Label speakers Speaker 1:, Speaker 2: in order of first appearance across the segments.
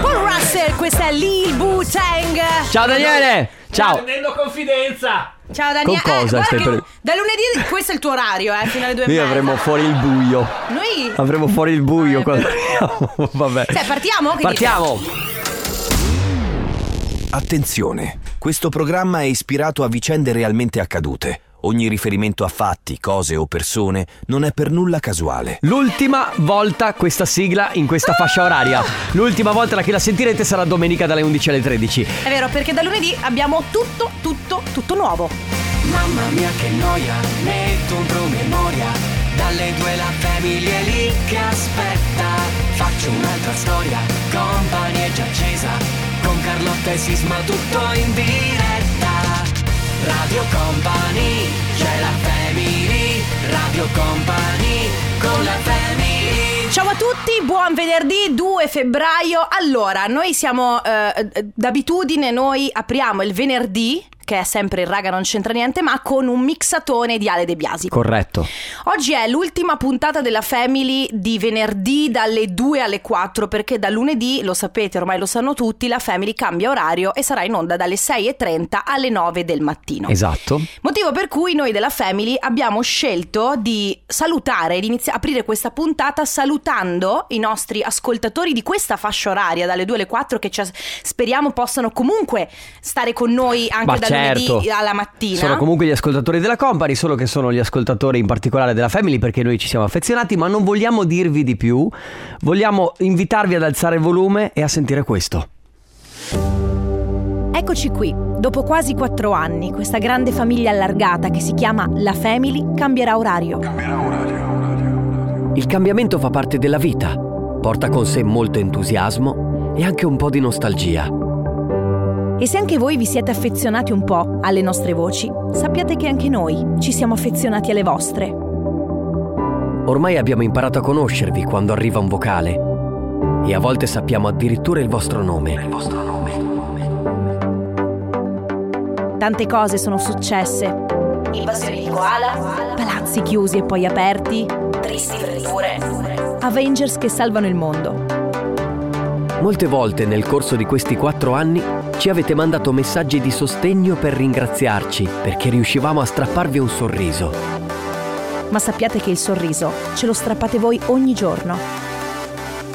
Speaker 1: Paul Russell, questa è Lil Wu Tang.
Speaker 2: Ciao Daniele! Ciao!
Speaker 3: Prendendo confidenza.
Speaker 1: Ciao Daniele.
Speaker 2: Con cosa
Speaker 1: guarda
Speaker 2: stai
Speaker 1: che
Speaker 2: per-
Speaker 1: Da lunedì questo è il tuo orario, eh, fino alle due e
Speaker 2: Noi
Speaker 1: mezza.
Speaker 2: avremo fuori il buio.
Speaker 1: Noi
Speaker 2: Avremo fuori il buio
Speaker 1: Eh,
Speaker 2: quando arriviamo. Vabbè.
Speaker 1: Cioè, partiamo? Che
Speaker 2: Partiamo!
Speaker 4: Attenzione, questo programma è ispirato a vicende realmente accadute. Ogni riferimento a fatti, cose o persone non è per nulla casuale.
Speaker 2: L'ultima volta questa sigla in
Speaker 1: Ah!
Speaker 2: questa fascia oraria. L'ultima volta che la sentirete sarà domenica dalle 11 alle 13.
Speaker 1: È vero, perché da lunedì abbiamo tutto, tutto, tutto nuovo.
Speaker 5: Mamma mia che noia, metto un promemoria Dalle due la famiglia è lì che aspetta Faccio un'altra storia, compagnia è già accesa Con Carlotta e Sisma tutto in diretta Radio Company, c'è la family Radio Company, con la family
Speaker 1: Ciao a tutti, buon venerdì 2 febbraio. Allora, noi siamo eh, eh, d'abitudine, noi apriamo il venerdì, che è sempre il raga non c'entra niente, ma con un mixatone di Ale De Biasi.
Speaker 2: Corretto.
Speaker 1: Oggi è l'ultima puntata della Family di venerdì dalle 2 alle 4 perché da lunedì, lo sapete, ormai lo sanno tutti, la Family cambia orario e sarà in onda dalle 6.30 alle 9 del mattino.
Speaker 2: Esatto.
Speaker 1: Motivo per cui noi della Family abbiamo scelto di salutare, di inizi- aprire questa puntata salutando i nostri ascoltatori di questa fascia oraria dalle 2 alle 4 che ci as- speriamo possano comunque stare con noi anche
Speaker 2: Ma
Speaker 1: da
Speaker 2: certo.
Speaker 1: lunedì alla mattina.
Speaker 2: Sono comunque gli ascoltatori della company, solo che sono gli ascoltatori in particolare della Family perché noi ci siamo affezionati, ma non vogliamo dirvi di più. Vogliamo invitarvi ad alzare il volume e a sentire questo.
Speaker 1: Eccoci qui, dopo quasi quattro anni, questa grande famiglia allargata che si chiama La Family cambierà orario.
Speaker 6: Il cambiamento fa parte della vita, porta con sé molto entusiasmo e anche un po' di nostalgia.
Speaker 1: E se anche voi vi siete affezionati un po' alle nostre voci, sappiate che anche noi ci siamo affezionati alle vostre.
Speaker 6: Ormai abbiamo imparato a conoscervi quando arriva un vocale e a volte sappiamo addirittura il vostro nome.
Speaker 1: Tante cose sono successe. Invasioni di koala, palazzi chiusi e poi aperti, tristi verdure, Avengers che salvano il mondo.
Speaker 6: Molte volte nel corso di questi quattro anni ci avete mandato messaggi di sostegno per ringraziarci perché riuscivamo a strapparvi un sorriso.
Speaker 1: Ma sappiate che il sorriso ce lo strappate voi ogni giorno.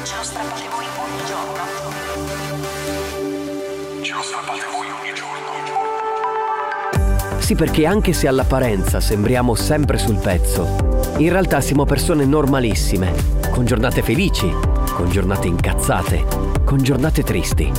Speaker 1: Ce lo strappate voi ogni giorno.
Speaker 6: Sì, perché anche se all'apparenza sembriamo sempre sul pezzo, in realtà siamo persone normalissime, con giornate felici, con giornate incazzate, con giornate tristi.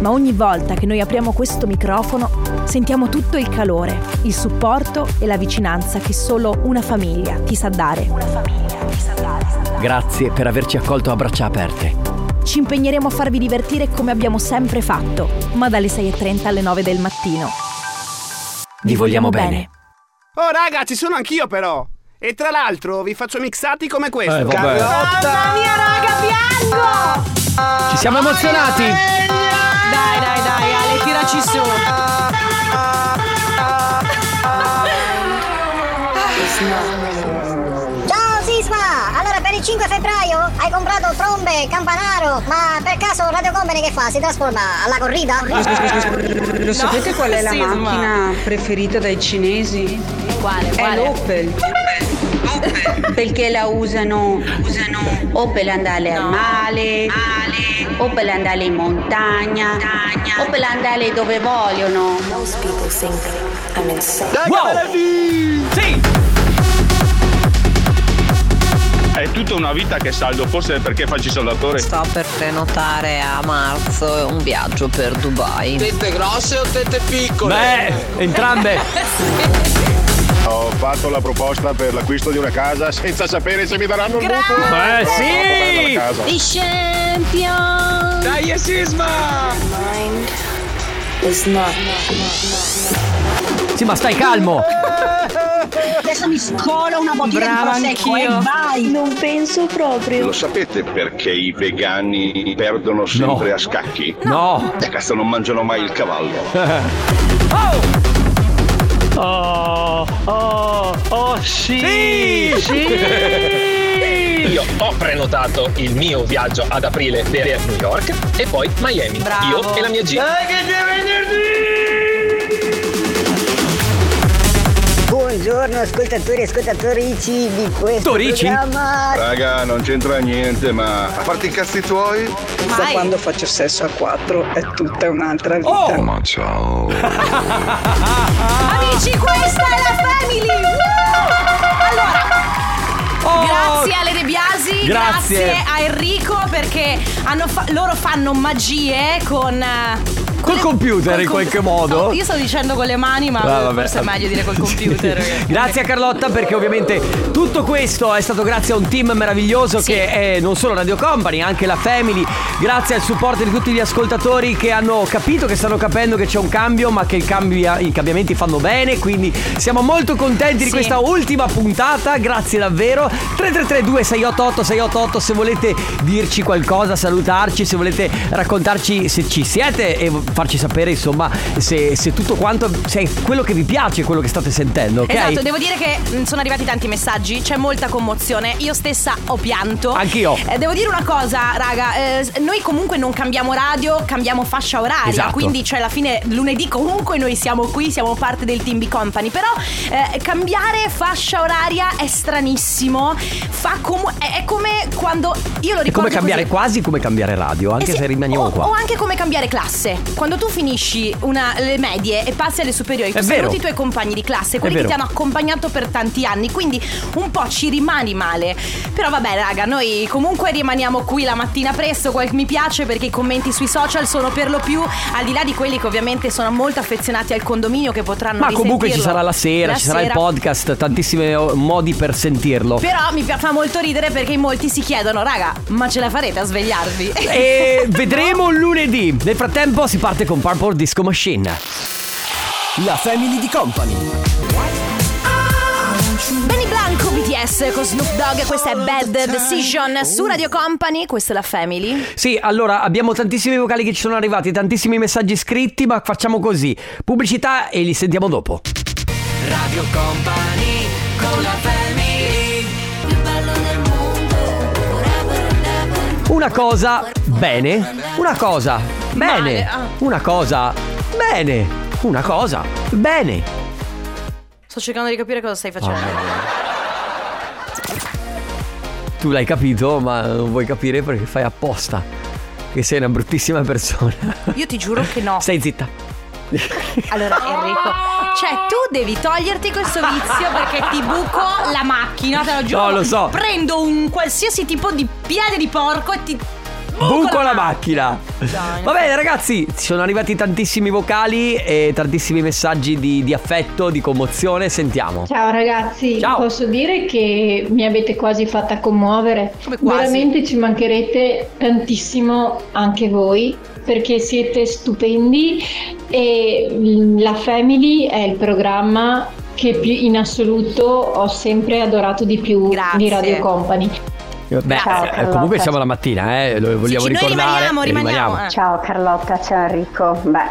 Speaker 1: Ma ogni volta che noi apriamo questo microfono sentiamo tutto il calore, il supporto e la vicinanza che solo una famiglia ti sa dare. Una famiglia ti sa dare.
Speaker 6: Grazie per averci accolto a braccia aperte.
Speaker 1: Ci impegneremo a farvi divertire come abbiamo sempre fatto, ma dalle 6.30 alle 9 del mattino.
Speaker 6: Vi vogliamo bene.
Speaker 7: Oh raga, ci sono anch'io però! E tra l'altro vi faccio mixati come questo.
Speaker 2: Eh, vabbè.
Speaker 1: Mamma mia raga, piango!
Speaker 2: Ci siamo emozionati!
Speaker 1: Dai, dai, dai, Ale, tiraci su.
Speaker 8: Ciao Sisma! Allora per il 5 febbraio hai comprato trombe, campanaro, ma per caso Radio Company che fa? Si trasforma alla corrida?
Speaker 9: Lo sapete qual è la
Speaker 1: sì,
Speaker 9: macchina preferita dai cinesi?
Speaker 1: Quale,
Speaker 9: È l'Opel. Perché la usano, usano o per andare al mare, o per andare in montagna, o per andare dove vogliono.
Speaker 2: Sì!
Speaker 10: È tutta una vita che saldo, forse perché faccio il saldatore.
Speaker 11: Sto per prenotare a marzo un viaggio per Dubai.
Speaker 5: Tette grosse o tette
Speaker 12: ecco
Speaker 5: piccole?
Speaker 2: Beh, entrambe!
Speaker 10: Ho fatto la proposta per l'acquisto di una casa senza sapere se mi daranno il mutuo.
Speaker 2: Beh, sì!
Speaker 10: Casa.
Speaker 3: Dai, sisma.
Speaker 2: Sì, ma stai calmo!
Speaker 9: Adesso mi scola una bottiglia
Speaker 1: Brava
Speaker 9: di prosecco e
Speaker 1: anch'io.
Speaker 9: vai!
Speaker 10: Lo sapete perché i vegani perdono sempre a scacchi?
Speaker 2: No!
Speaker 10: E cazzo non mangiano mai il cavallo.
Speaker 3: Oh, oh, oh, sì.
Speaker 2: Sì!
Speaker 10: Io
Speaker 12: Ho prenotato il mio viaggio ad aprile per New York e poi Miami. Io e la mia gita.
Speaker 13: Buongiorno ascoltatori e ascoltatrici di questo
Speaker 2: Ah.
Speaker 13: programma.
Speaker 10: Raga, non c'entra niente, ma a parte i cazzi tuoi.
Speaker 13: Da quando faccio sesso a quattro è tutta un'altra vita.
Speaker 10: Oh, Ma ciao.
Speaker 14: Amici, questa è la family! Allora,
Speaker 2: Oh,
Speaker 6: Oh!
Speaker 1: Grazie a De Biasi, grazie.
Speaker 14: Grazie.
Speaker 1: a Enrico perché hanno fa- loro fanno magie con... eh,
Speaker 2: Col computer in qualche modo.
Speaker 1: Esatto, Io stavo dicendo con le mani ma
Speaker 2: Ah, vabbè.
Speaker 1: forse è meglio dire col
Speaker 2: Sì.
Speaker 1: computer.
Speaker 2: Grazie a Carlotta perché ovviamente tutto questo è stato grazie a un team meraviglioso che è non solo Radio Company, anche la Family, grazie al supporto di tutti gli ascoltatori che hanno capito, che stanno capendo che c'è un cambio, ma che il cambia- i cambiamenti fanno bene, quindi siamo molto contenti di
Speaker 15: Sì.
Speaker 2: questa ultima puntata, grazie davvero. 333 688 688 se volete dirci qualcosa, salutarci, se volete raccontarci se ci siete e farci sapere insomma se, se tutto quanto, se è quello che vi piace, quello che state sentendo, ok?
Speaker 1: Esatto, devo dire che mh, sono arrivati tanti messaggi, c'è molta commozione, io stessa ho pianto.
Speaker 2: Anch'io.
Speaker 1: Eh, devo dire una cosa, raga, eh, s- noi comunque non cambiamo radio, cambiamo fascia oraria,
Speaker 2: Esatto.
Speaker 1: quindi cioè alla fine lunedì comunque noi siamo qui, siamo parte del Team B Company, però eh, cambiare fascia oraria è stranissimo, fa comu- è, è come quando io lo ricordo
Speaker 2: È come cambiare
Speaker 1: così. Eh
Speaker 2: quasi come cambiare radio, anche se rimaniamo qua.
Speaker 1: O anche come cambiare classe. Quando tu finisci una- le medie e passi alle superiori,
Speaker 2: È
Speaker 1: tu
Speaker 2: vero.
Speaker 1: saluti i tuoi compagni di classe, quelli che
Speaker 2: vero.
Speaker 1: ti hanno accompagnato per tanti anni, quindi un po' ci rimani male. Però vabbè, raga, noi comunque rimaniamo qui la mattina presto. quel- mi piace perché i commenti sui social sono per lo più, al di là di quelli che ovviamente sono molto affezionati al condominio, che potranno
Speaker 2: Ma comunque ci
Speaker 1: risentirlo
Speaker 2: sarà la sera, ci sarà il
Speaker 1: sera.
Speaker 2: podcast, tantissimi o- modi per sentirlo.
Speaker 1: Però mi fa fa molto ridere perché in molti si chiedono, raga, ma ce la farete a svegliarvi?
Speaker 2: E vedremo lunedì. Nel frattempo si parte con Purple Disco Machine. La Family di Company.
Speaker 1: Benny Blanco BTS con Snoop Dogg, questa è Bad Decision su Radio Company, questa è la Family.
Speaker 2: Sì, allora abbiamo tantissimi vocali che ci sono arrivati, tantissimi messaggi scritti, ma facciamo così. Pubblicità e li sentiamo dopo.
Speaker 14: Radio Company con la family. Più bello del mondo.
Speaker 2: Una cosa bene, una cosa bene,
Speaker 1: ah.
Speaker 2: una cosa bene, una cosa bene.
Speaker 1: Sto cercando di capire cosa stai facendo.
Speaker 2: Ah. Tu l'hai capito, ma non vuoi capire perché fai apposta. Che sei una bruttissima persona.
Speaker 1: Io ti giuro che no.
Speaker 2: Stai zitta.
Speaker 1: Allora Enrico, cioè tu devi toglierti questo vizio perché ti buco la macchina, te lo giuro.
Speaker 2: No, lo so.
Speaker 1: Prendo un qualsiasi tipo di piede di porco e ti...
Speaker 2: Buco la macchina. Va bene ragazzi, ci sono arrivati tantissimi vocali e tantissimi messaggi di, di affetto, di commozione. Sentiamo.
Speaker 8: Ciao ragazzi, posso dire che mi avete quasi fatta commuovere.
Speaker 1: quasi?
Speaker 8: Veramente ci mancherete tantissimo anche voi perché siete stupendi e mm, la Family è il programma che più- in assoluto ho sempre adorato di più di Radio Company.
Speaker 2: Beh,
Speaker 8: Ciao,
Speaker 2: eh,
Speaker 8: Carlotta.
Speaker 2: comunque siamo la mattina, eh, lo vogliamo ricordare.
Speaker 1: eh.
Speaker 9: Ciao Carlotta, ciao Enrico. Beh,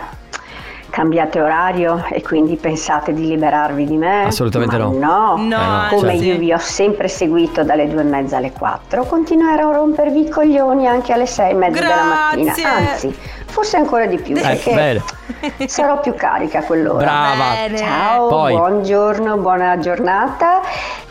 Speaker 9: cambiate orario e quindi pensate di liberarvi di me?
Speaker 2: Assolutamente
Speaker 9: Ma
Speaker 2: no.
Speaker 9: No,
Speaker 2: Eh no,
Speaker 9: come
Speaker 2: certo.
Speaker 9: io vi ho sempre seguito dalle due e mezza alle quattro, continuerò a rompervi i coglioni anche alle sei e mezza della mattina.
Speaker 1: Grazie.
Speaker 9: Anzi, forse ancora di più,
Speaker 2: Eh,
Speaker 9: perché
Speaker 2: bene.
Speaker 9: sarò più carica a quell'ora.
Speaker 2: Brava. Bene.
Speaker 9: Ciao,
Speaker 2: Poi.
Speaker 9: buongiorno, buona giornata.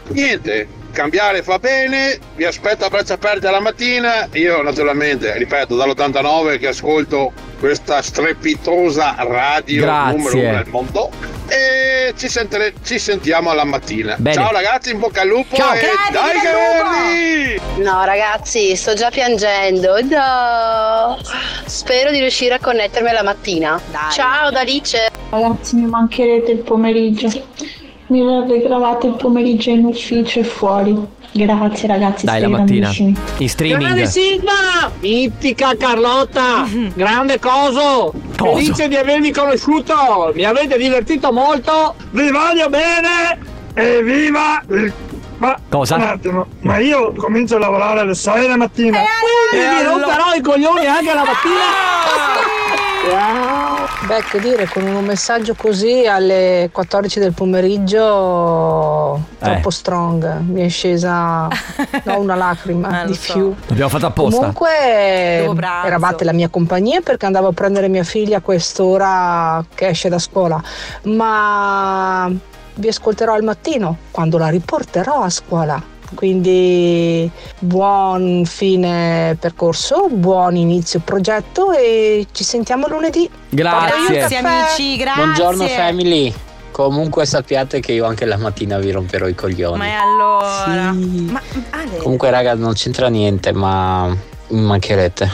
Speaker 10: Niente, cambiare fa bene, vi aspetto a braccia aperte la mattina. Io naturalmente, ripeto, dall'89 che ascolto questa strepitosa radio
Speaker 2: Grazie.
Speaker 10: numero uno al mondo. E ci, sentire- ci sentiamo alla mattina.
Speaker 2: Bene.
Speaker 10: Ciao ragazzi, in bocca al lupo
Speaker 2: Ciao.
Speaker 10: e
Speaker 2: Crepi,
Speaker 10: dai
Speaker 2: viva
Speaker 10: che
Speaker 2: il lupo!
Speaker 10: verdi!
Speaker 16: No ragazzi, sto già piangendo. No. Spero di riuscire a connettermi la mattina. Ciao Dalice.
Speaker 8: Ragazzi, mi mancherete il pomeriggio. Mi regravate il pomeriggio in ufficio e fuori. Grazie ragazzi,
Speaker 2: Dai,
Speaker 8: siete
Speaker 2: la mattina.
Speaker 8: grandissimi.
Speaker 2: In
Speaker 17: Grande
Speaker 2: streaming.
Speaker 17: Silva! Mitica Carlotta! Grande coso!
Speaker 2: Coso.
Speaker 17: Felice di avervi conosciuto! Mi avete divertito molto! Vi voglio bene! E viva! il- Ma,
Speaker 2: Cosa?
Speaker 17: Un attimo, ma io comincio a lavorare alle 6 la
Speaker 2: Eh,
Speaker 17: mattina! Quindi vi romperò i coglioni anche la mattina! Ciao! Beh, che dire, con un messaggio così alle 14 del pomeriggio
Speaker 2: Eh,
Speaker 17: troppo strong, mi è scesa no, una lacrima di più.
Speaker 2: L'abbiamo fatta apposta.
Speaker 17: Comunque
Speaker 2: Dopo pranzo.
Speaker 17: eravate la mia compagnia perché andavo a prendere mia figlia a quest'ora che esce da scuola, ma vi ascolterò al mattino quando la riporterò a scuola. Quindi buon fine percorso, buon inizio progetto e ci sentiamo lunedì.
Speaker 9: Grazie.
Speaker 17: Porto io il caffè.
Speaker 1: amici, grazie.
Speaker 9: Buongiorno family. Comunque sappiate che io anche la mattina vi romperò i coglioni.
Speaker 1: Ma e allora? Ma Ale,
Speaker 9: Comunque raga non c'entra niente ma mi mancherete.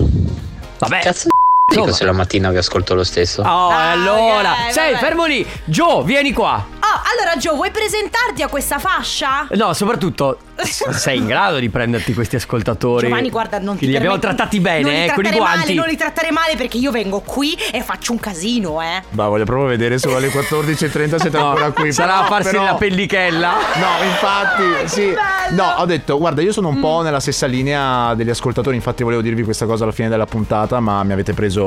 Speaker 2: Vabbè.
Speaker 9: Cazzo di dico se la mattina vi ascolto lo stesso.
Speaker 2: Oh, e allora,
Speaker 1: ok,
Speaker 2: sei
Speaker 1: vabbè.
Speaker 2: fermo lì. Gio, vieni qua.
Speaker 1: Oh, allora Gio, vuoi presentarti a questa fascia?
Speaker 2: No, soprattutto s- sei in grado di prenderti questi ascoltatori.
Speaker 1: Giovanni, guarda, non ti
Speaker 2: che li abbiamo
Speaker 1: permetto-
Speaker 2: trattati
Speaker 1: non li
Speaker 2: bene, eh, con i
Speaker 1: trattare
Speaker 2: guanti.
Speaker 1: Male, non li trattare male perché io vengo qui e faccio un casino, eh.
Speaker 10: Ma voglio proprio vedere se alle 14.30 siete ancora qui.
Speaker 2: sarà a farsi la
Speaker 10: pellichella. No, infatti, sì. No, ho detto, guarda, io sono un
Speaker 2: Mm.
Speaker 10: po' nella stessa linea degli ascoltatori. Infatti, volevo dirvi questa cosa alla fine della puntata, ma mi avete preso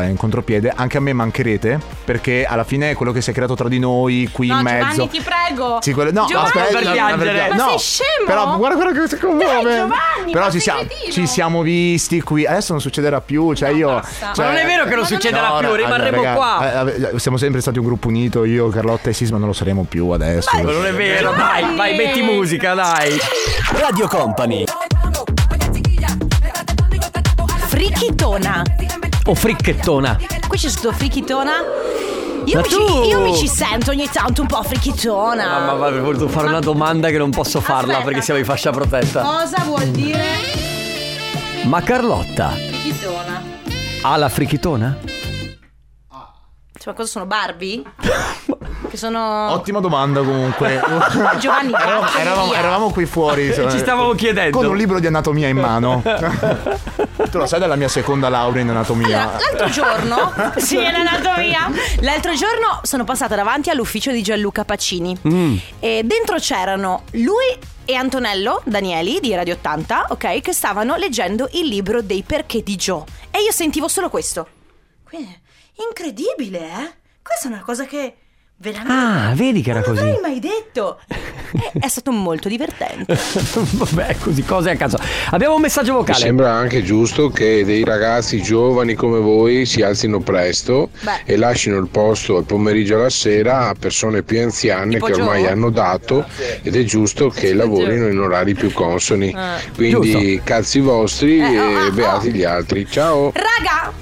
Speaker 10: eh, in contropiede. Anche a me mancherete, perché alla fine quello che si è creato tra di noi, qui in mezzo.
Speaker 1: Giovanni, ti prego.
Speaker 10: Sì, quello- no,
Speaker 1: Giovanni,
Speaker 10: aspetta,
Speaker 2: Per
Speaker 10: no,
Speaker 2: piangere.
Speaker 10: per-
Speaker 1: Ma
Speaker 10: no.
Speaker 1: sei scemo?
Speaker 10: Però guarda, guarda che si commuove.
Speaker 1: Giovanni,
Speaker 10: Però
Speaker 1: ma sei
Speaker 10: ci siamo, ci siamo visti qui. Adesso non succederà più. Cioè, io. cioè-
Speaker 2: Ma non è vero che non succederà più, rimarremo
Speaker 10: raga,
Speaker 2: qua.
Speaker 10: eh, eh, siamo sempre stati un gruppo unito, io, Carlotta e Sisma, non lo saremo più adesso.
Speaker 2: Ma non è vero, dai, vai, metti musica, dai.
Speaker 18: Radio Company.
Speaker 1: Frichitona.
Speaker 2: O Oh, fricchettona.
Speaker 1: Qui c'è scritto frichitona. Io
Speaker 2: Ma
Speaker 1: mi,
Speaker 2: tu-
Speaker 1: ci, io mi ci sento ogni tanto un po' frichitona.
Speaker 2: Mamma, avrei voluto fare una domanda che non posso farla perché siamo in fascia protetta.
Speaker 1: Cosa vuol dire
Speaker 2: Ma Carlotta
Speaker 1: frichitona?
Speaker 2: ha la frichitona?
Speaker 1: Cioè, cosa sono Barbie? che sono.
Speaker 10: Ottima domanda comunque.
Speaker 1: Giovanni,
Speaker 10: eravamo,
Speaker 1: vattene
Speaker 10: eravamo-
Speaker 1: via.
Speaker 10: eravamo qui fuori. cioè,
Speaker 2: Ci stavamo chiedendo.
Speaker 10: Con un libro di anatomia in mano. tu lo sai della mia seconda laurea in anatomia.
Speaker 1: L'altro giorno, sì, è l'anatomia. L'altro giorno sono passata davanti all'ufficio di Gianluca Pacini.
Speaker 2: Mm.
Speaker 1: E dentro c'erano lui e Antonello Danieli di Radio 80, ok, che stavano leggendo il libro dei perché di Joe. E io sentivo solo questo. Quindi, incredibile, eh? Questa è una cosa che veramente
Speaker 2: Ah, vedi che era
Speaker 1: non
Speaker 2: così.
Speaker 1: avrei mai detto. E è stato molto divertente.
Speaker 2: Vabbè, così cose a caso. Abbiamo un messaggio vocale.
Speaker 19: Mi sembra anche giusto che dei ragazzi giovani come voi si alzino presto e lasciano il posto al pomeriggio e alla sera a persone più anziane
Speaker 20: Tipo
Speaker 19: che ormai
Speaker 20: Gio?
Speaker 19: hanno dato ed è giusto che lavorino in orari più consoni.
Speaker 1: Eh.
Speaker 19: Quindi cazzi vostri
Speaker 1: Eh, oh,
Speaker 19: e
Speaker 1: oh,
Speaker 19: beati gli altri. Ciao!
Speaker 1: Raga,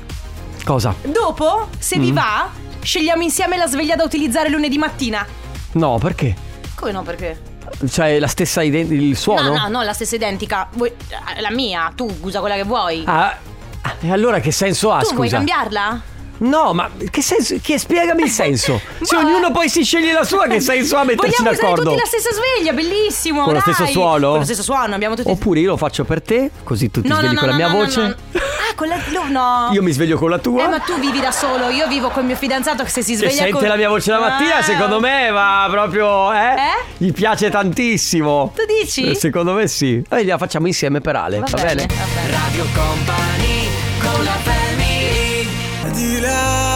Speaker 2: Cosa?
Speaker 1: dopo, se vi
Speaker 2: Mm.
Speaker 1: va, scegliamo insieme la sveglia da utilizzare lunedì mattina.
Speaker 2: No, perché?
Speaker 1: Come no, perché?
Speaker 2: Cioè, la stessa ident- il suono?
Speaker 1: No, no, no, la stessa identica. Vuoi- eh, la mia, tu usa quella che vuoi.
Speaker 2: Ah, ah, e allora che senso ha,
Speaker 1: tu
Speaker 2: scusa?
Speaker 1: vuoi cambiarla?
Speaker 2: No, ma che senso? Che, spiegami il senso. Se ognuno poi si sceglie la sua, che senso ha mettersi
Speaker 1: Vogliamo usare
Speaker 2: d'accordo?
Speaker 1: tutti la stessa sveglia, bellissimo.
Speaker 2: Con lo
Speaker 1: dai.
Speaker 2: stesso suono?
Speaker 1: Con lo stesso suono, abbiamo tutti.
Speaker 2: Oppure io lo faccio per te, così tu ti
Speaker 1: No, no,
Speaker 2: svegli
Speaker 1: no,
Speaker 2: con la
Speaker 1: no,
Speaker 2: mia
Speaker 1: no, no,
Speaker 2: voce.
Speaker 1: no. Ah, con la. No, no.
Speaker 2: Io mi sveglio con la tua.
Speaker 1: Eh, ma tu vivi da solo. Io vivo col mio fidanzato che se si
Speaker 2: Se
Speaker 1: sveglia.
Speaker 2: sente
Speaker 1: con-
Speaker 2: la mia voce la mattina,
Speaker 1: Ah.
Speaker 2: secondo me va proprio. Eh? Gli piace tantissimo.
Speaker 1: Tu dici?
Speaker 2: Eh, Secondo me sì. Vabbè, la facciamo insieme per Ale, va, bene?
Speaker 4: Radio Company con la Di là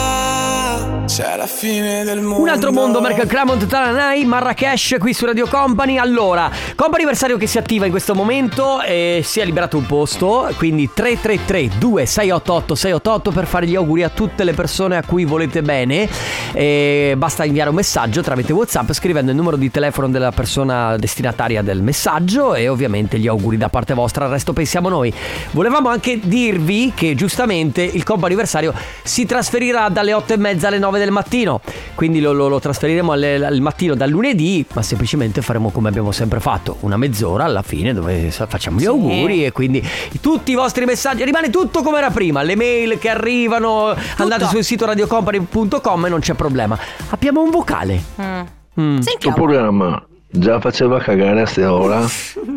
Speaker 4: c'è la fine del mondo.
Speaker 2: Un altro mondo, Merkel Cramont Taranai, Marrakesh qui su Radio Company. Allora, Company anniversario che si attiva in questo momento e si è liberato un posto, quindi 333 2688 688 per fare gli auguri a tutte le persone a cui volete bene. E basta inviare un messaggio tramite WhatsApp scrivendo il numero di telefono della persona destinataria del messaggio e ovviamente gli auguri da parte vostra, al resto pensiamo noi. Volevamo anche dirvi che giustamente il compo anniversario si trasferirà dalle 8 e mezza alle 9 del mattino, quindi lo, lo- lo trasferiremo alle- al mattino dal lunedì, ma semplicemente faremo come abbiamo sempre fatto, una mezz'ora alla fine dove sa- facciamo gli auguri e quindi tutti i vostri messaggi, rimane tutto come era prima, le mail che arrivano, andate sul sito radiocompany.com e non c'è problema. Abbiamo un vocale.
Speaker 1: Mm.
Speaker 11: Tuo programma Ah, già faceva cagare a ste ora,
Speaker 1: oh.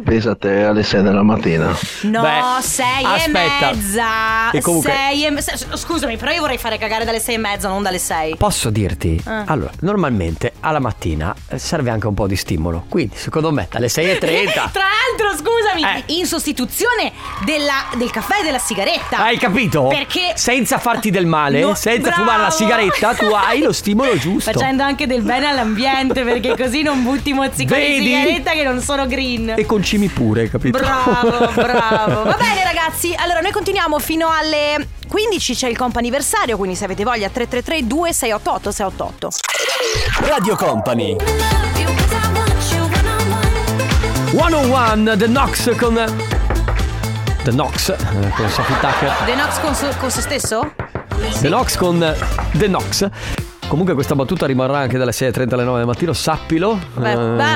Speaker 11: pesa a te alle 6 della mattina.
Speaker 1: No,
Speaker 11: Beh,
Speaker 1: sei
Speaker 11: aspetta.
Speaker 1: e mezza.
Speaker 11: E comunque-
Speaker 1: Sei e me- se- Scusami, però io vorrei fare cagare dalle sei e mezza, non dalle sei.
Speaker 2: Posso dirti?
Speaker 1: Ah.
Speaker 2: Allora, normalmente alla mattina eh, serve anche un po' di stimolo. Quindi, secondo me, dalle 6.30.
Speaker 1: Tra l'altro, scusami,
Speaker 2: Eh.
Speaker 1: in sostituzione della- del caffè e della sigaretta.
Speaker 2: Hai capito?
Speaker 1: Perché
Speaker 2: senza farti del male,
Speaker 1: No,
Speaker 2: senza
Speaker 1: bravo!
Speaker 2: fumare la sigaretta, tu hai lo stimolo giusto.
Speaker 1: Facendo anche del bene all'ambiente, perché così non butti mozziconi di
Speaker 2: Vedi?
Speaker 1: sigaretta che non sono green.
Speaker 2: E concimi pure, capito?
Speaker 1: Bravo, bravo. Va bene ragazzi, allora noi continuiamo fino alle 15, c'è il comp'anniversario, quindi se avete voglia 333 2688 688.
Speaker 2: Radio Company 101 The Nox con The Nox eh, con Sophie Tucker
Speaker 1: The Nox con, so- con se stesso?
Speaker 2: The Nox con The Nox Comunque questa battuta rimarrà anche dalle 6.30 alle 9 del mattino, sappilo.
Speaker 1: Beh,
Speaker 2: Eh,
Speaker 1: beh,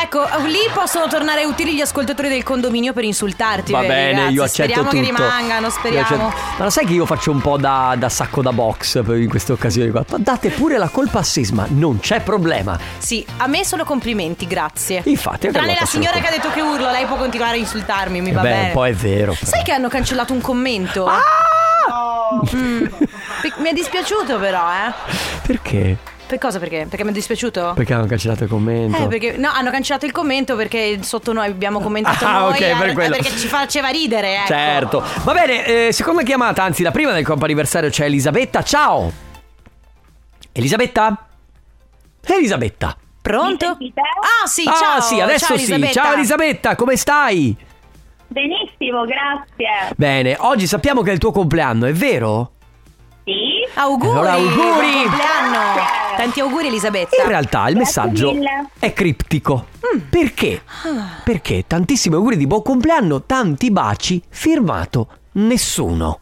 Speaker 1: ecco, lì possono tornare utili gli ascoltatori del condominio per insultarti.
Speaker 2: Va
Speaker 1: vedi,
Speaker 2: bene,
Speaker 1: ragazzi.
Speaker 2: io accetto
Speaker 1: Speriamo che
Speaker 2: tutto.
Speaker 1: rimangano,
Speaker 2: io accetto-
Speaker 1: speriamo.
Speaker 2: Ma lo sai che io faccio un po' da, da sacco da box per- in queste occasioni qua? Ma date pure la colpa a Sisma, non c'è problema.
Speaker 1: Sì, a me solo complimenti, grazie.
Speaker 2: Infatti, anche a
Speaker 1: Tranne
Speaker 2: me
Speaker 1: la
Speaker 2: possono
Speaker 1: signora che ha
Speaker 2: compl-
Speaker 1: detto che urlo, lei può continuare a insultarmi, mi va
Speaker 2: Eh Beh,
Speaker 1: bene.
Speaker 2: un po' è Ah! vero.
Speaker 1: Sai che hanno cancellato un commento? Mm. Pe- Mi è dispiaciuto però, eh.
Speaker 2: Perché?
Speaker 1: Per cosa perché? Perché mi è dispiaciuto?
Speaker 2: Perché hanno cancellato il commento?
Speaker 1: Eh, perché no, hanno cancellato il commento perché sotto noi abbiamo commentato
Speaker 2: Ah,
Speaker 1: noi
Speaker 2: ok,
Speaker 1: eh,
Speaker 2: per
Speaker 1: eh,
Speaker 2: quello.
Speaker 1: perché ci faceva ridere, ecco.
Speaker 2: Certo. Va bene, eh, seconda chiamata, anzi la prima del comp'anniversario c'è Elisabetta. Ciao. Elisabetta? Elisabetta.
Speaker 1: Pronto? Ah, sì, ciao.
Speaker 2: ah sì, adesso
Speaker 1: ciao,
Speaker 2: sì.
Speaker 1: Elisabetta.
Speaker 2: Ciao Elisabetta, come stai?
Speaker 7: Benissimo, grazie.
Speaker 2: Bene, oggi sappiamo che è il tuo compleanno, è vero?
Speaker 7: Sì.
Speaker 1: Auguri.
Speaker 2: Allora, auguri.
Speaker 1: Buon compleanno. Tanti auguri Elisabetta.
Speaker 2: In realtà il messaggio
Speaker 1: mille.
Speaker 2: è criptico. Perché? Perché tantissimi auguri di buon compleanno, tanti baci, firmato nessuno.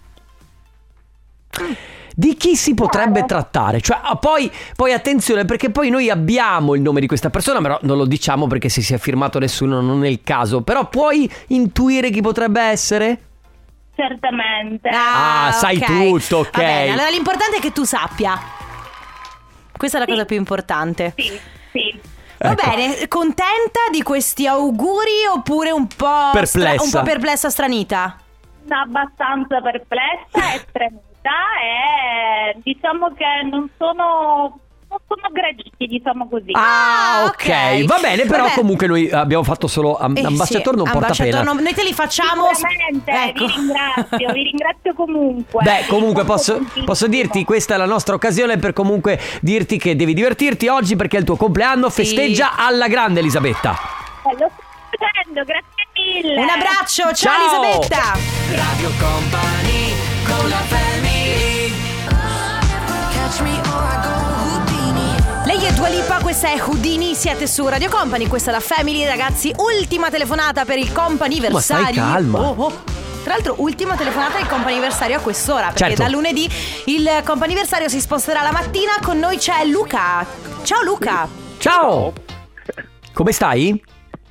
Speaker 2: Di chi si potrebbe trattare? Cioè, ah, poi, poi attenzione, perché poi noi abbiamo il nome di questa persona, però non lo diciamo perché se si è firmato nessuno non è il caso. Però puoi intuire chi potrebbe essere?
Speaker 7: Certamente.
Speaker 2: Ah, sai
Speaker 1: ok.
Speaker 2: tutto, ok.
Speaker 1: Va bene, allora l'importante è che tu sappia. Questa è la cosa più importante.
Speaker 7: Sì, sì.
Speaker 1: Va
Speaker 2: Ecco.
Speaker 1: bene, contenta di questi auguri oppure un po'
Speaker 2: Perplessa.
Speaker 1: un po' perplessa stranita?
Speaker 7: Sono abbastanza perplessa e tremita e diciamo che non sono, non sono graditi, diciamo così.
Speaker 2: Ah, ok. Va bene, però
Speaker 1: Vabbè.
Speaker 2: comunque noi abbiamo fatto solo am-
Speaker 1: Eh sì,
Speaker 2: ambasciatore non porta
Speaker 1: ambasciatore
Speaker 2: pena.
Speaker 1: non- Noi te li facciamo.
Speaker 7: Sicuramente,
Speaker 1: Ecco.
Speaker 7: vi ringrazio, vi ringrazio comunque.
Speaker 2: Beh, comunque posso, posso dirti, questa è la nostra occasione per comunque dirti che devi divertirti oggi perché è il tuo compleanno, festeggia alla grande Elisabetta.
Speaker 7: Eh, Lo sto facendo, grazie mille.
Speaker 1: Un abbraccio, ciao,
Speaker 2: Ciao.
Speaker 1: Elisabetta.
Speaker 5: Radio Company con la
Speaker 1: Lei è Dua Lipa, questa è Houdini, siete su Radio Company, questa è la Family, ragazzi, ultima telefonata per il
Speaker 2: Ma stai
Speaker 1: comp'anniversario.
Speaker 2: calma.
Speaker 1: Oh, oh. Tra l'altro ultima telefonata del comp'anniversario a quest'ora, perché
Speaker 2: Certo.
Speaker 1: da lunedì il comp'anniversario si sposterà la mattina, con noi c'è Luca. Ciao Luca.
Speaker 2: Ciao! Come stai?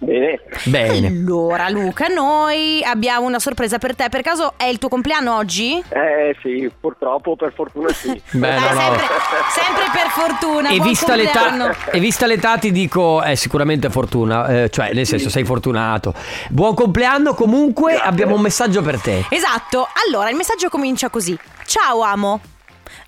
Speaker 8: Bene.
Speaker 2: Bene.
Speaker 1: Allora Luca, noi abbiamo una sorpresa per te, per caso è il tuo compleanno oggi?
Speaker 8: Eh sì, purtroppo, per fortuna sì.
Speaker 2: Beh, no, no.
Speaker 1: sempre, sempre per fortuna.
Speaker 2: E
Speaker 1: buon
Speaker 2: vista,
Speaker 1: compleanno.
Speaker 2: l'età, e vista l'età ti dico, è sicuramente fortuna, eh, cioè nel senso sei fortunato. Buon compleanno comunque, abbiamo un messaggio per te.
Speaker 1: Esatto, allora il messaggio comincia così. Ciao amo.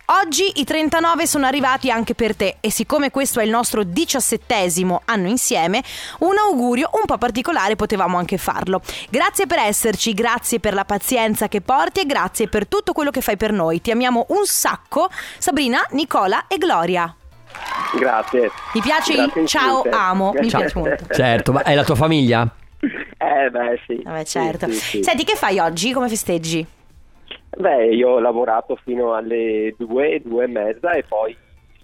Speaker 1: Oggi i 39 sono arrivati anche per te e siccome questo è il nostro diciassettesimo anno insieme, un augurio un po' particolare potevamo anche farlo. Grazie per esserci, grazie per la pazienza che porti e grazie per tutto quello che fai per noi. Ti amiamo un sacco, Sabrina, Nicola e Gloria.
Speaker 8: Grazie.
Speaker 1: Mi piace il
Speaker 8: Grazie
Speaker 1: ciao
Speaker 8: infinite.
Speaker 1: amo, mi
Speaker 8: Ciao.
Speaker 1: piace molto.
Speaker 2: Certo, ma è la tua famiglia?
Speaker 8: Eh beh sì.
Speaker 1: Vabbè, certo.
Speaker 8: Sì, sì, sì.
Speaker 1: Senti, che fai oggi? Come festeggi?
Speaker 8: Beh, io ho lavorato fino alle due, due e mezza e poi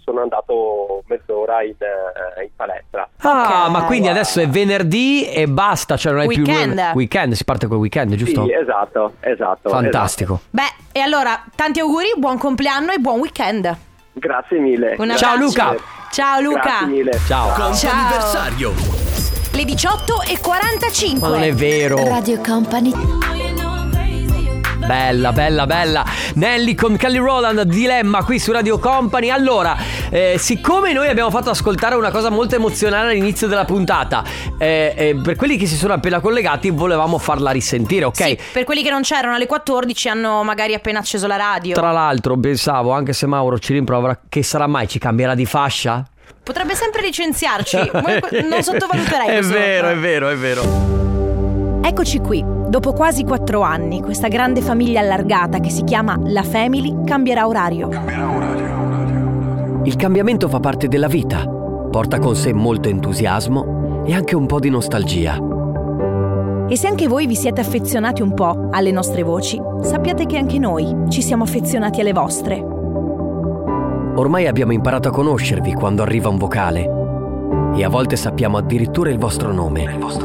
Speaker 8: sono andato mezz'ora in, eh, in palestra.
Speaker 2: Ah, ma quindi adesso è venerdì e basta, cioè non hai più
Speaker 1: Weekend.
Speaker 2: weekend, si parte col weekend, giusto?
Speaker 8: Sì, esatto, esatto.
Speaker 2: Fantastico.
Speaker 1: Beh, e allora, tanti auguri, buon compleanno e buon weekend.
Speaker 8: esatto. Grazie mille.
Speaker 1: Un
Speaker 8: Grazie
Speaker 1: abbraccio.
Speaker 8: mille.
Speaker 1: Ciao Luca.
Speaker 8: Grazie mille.
Speaker 2: Ciao.
Speaker 1: Ciao. Le 18 e 45.
Speaker 2: Ma non è vero.
Speaker 1: Radio Company.
Speaker 2: Bella, bella, bella. Nelly con Kelly Roland, dilemma qui su Radio Company. Allora, eh, siccome noi abbiamo fatto ascoltare una cosa molto emozionale all'inizio della puntata, eh, eh, per quelli che si sono appena collegati volevamo farla risentire, ok?
Speaker 1: Per quelli che non c'erano alle 14 hanno magari appena acceso la radio.
Speaker 2: Tra l'altro pensavo, anche se Mauro ci rimprovera, che sarà mai ci cambierà di fascia?
Speaker 1: Potrebbe sempre licenziarci, ma non sottovaluterei
Speaker 2: È
Speaker 1: questo.
Speaker 2: vero, è vero, è vero.
Speaker 1: Eccoci qui, dopo quasi quattro anni, questa grande famiglia allargata che si chiama La Family cambierà orario.
Speaker 6: Il cambiamento fa parte della vita, porta con sé molto entusiasmo e anche un po' di nostalgia.
Speaker 1: E se anche voi vi siete affezionati un po' alle nostre voci, sappiate che anche noi ci siamo affezionati alle vostre.
Speaker 6: Ormai abbiamo imparato a conoscervi quando arriva un vocale e a volte sappiamo addirittura il vostro nome.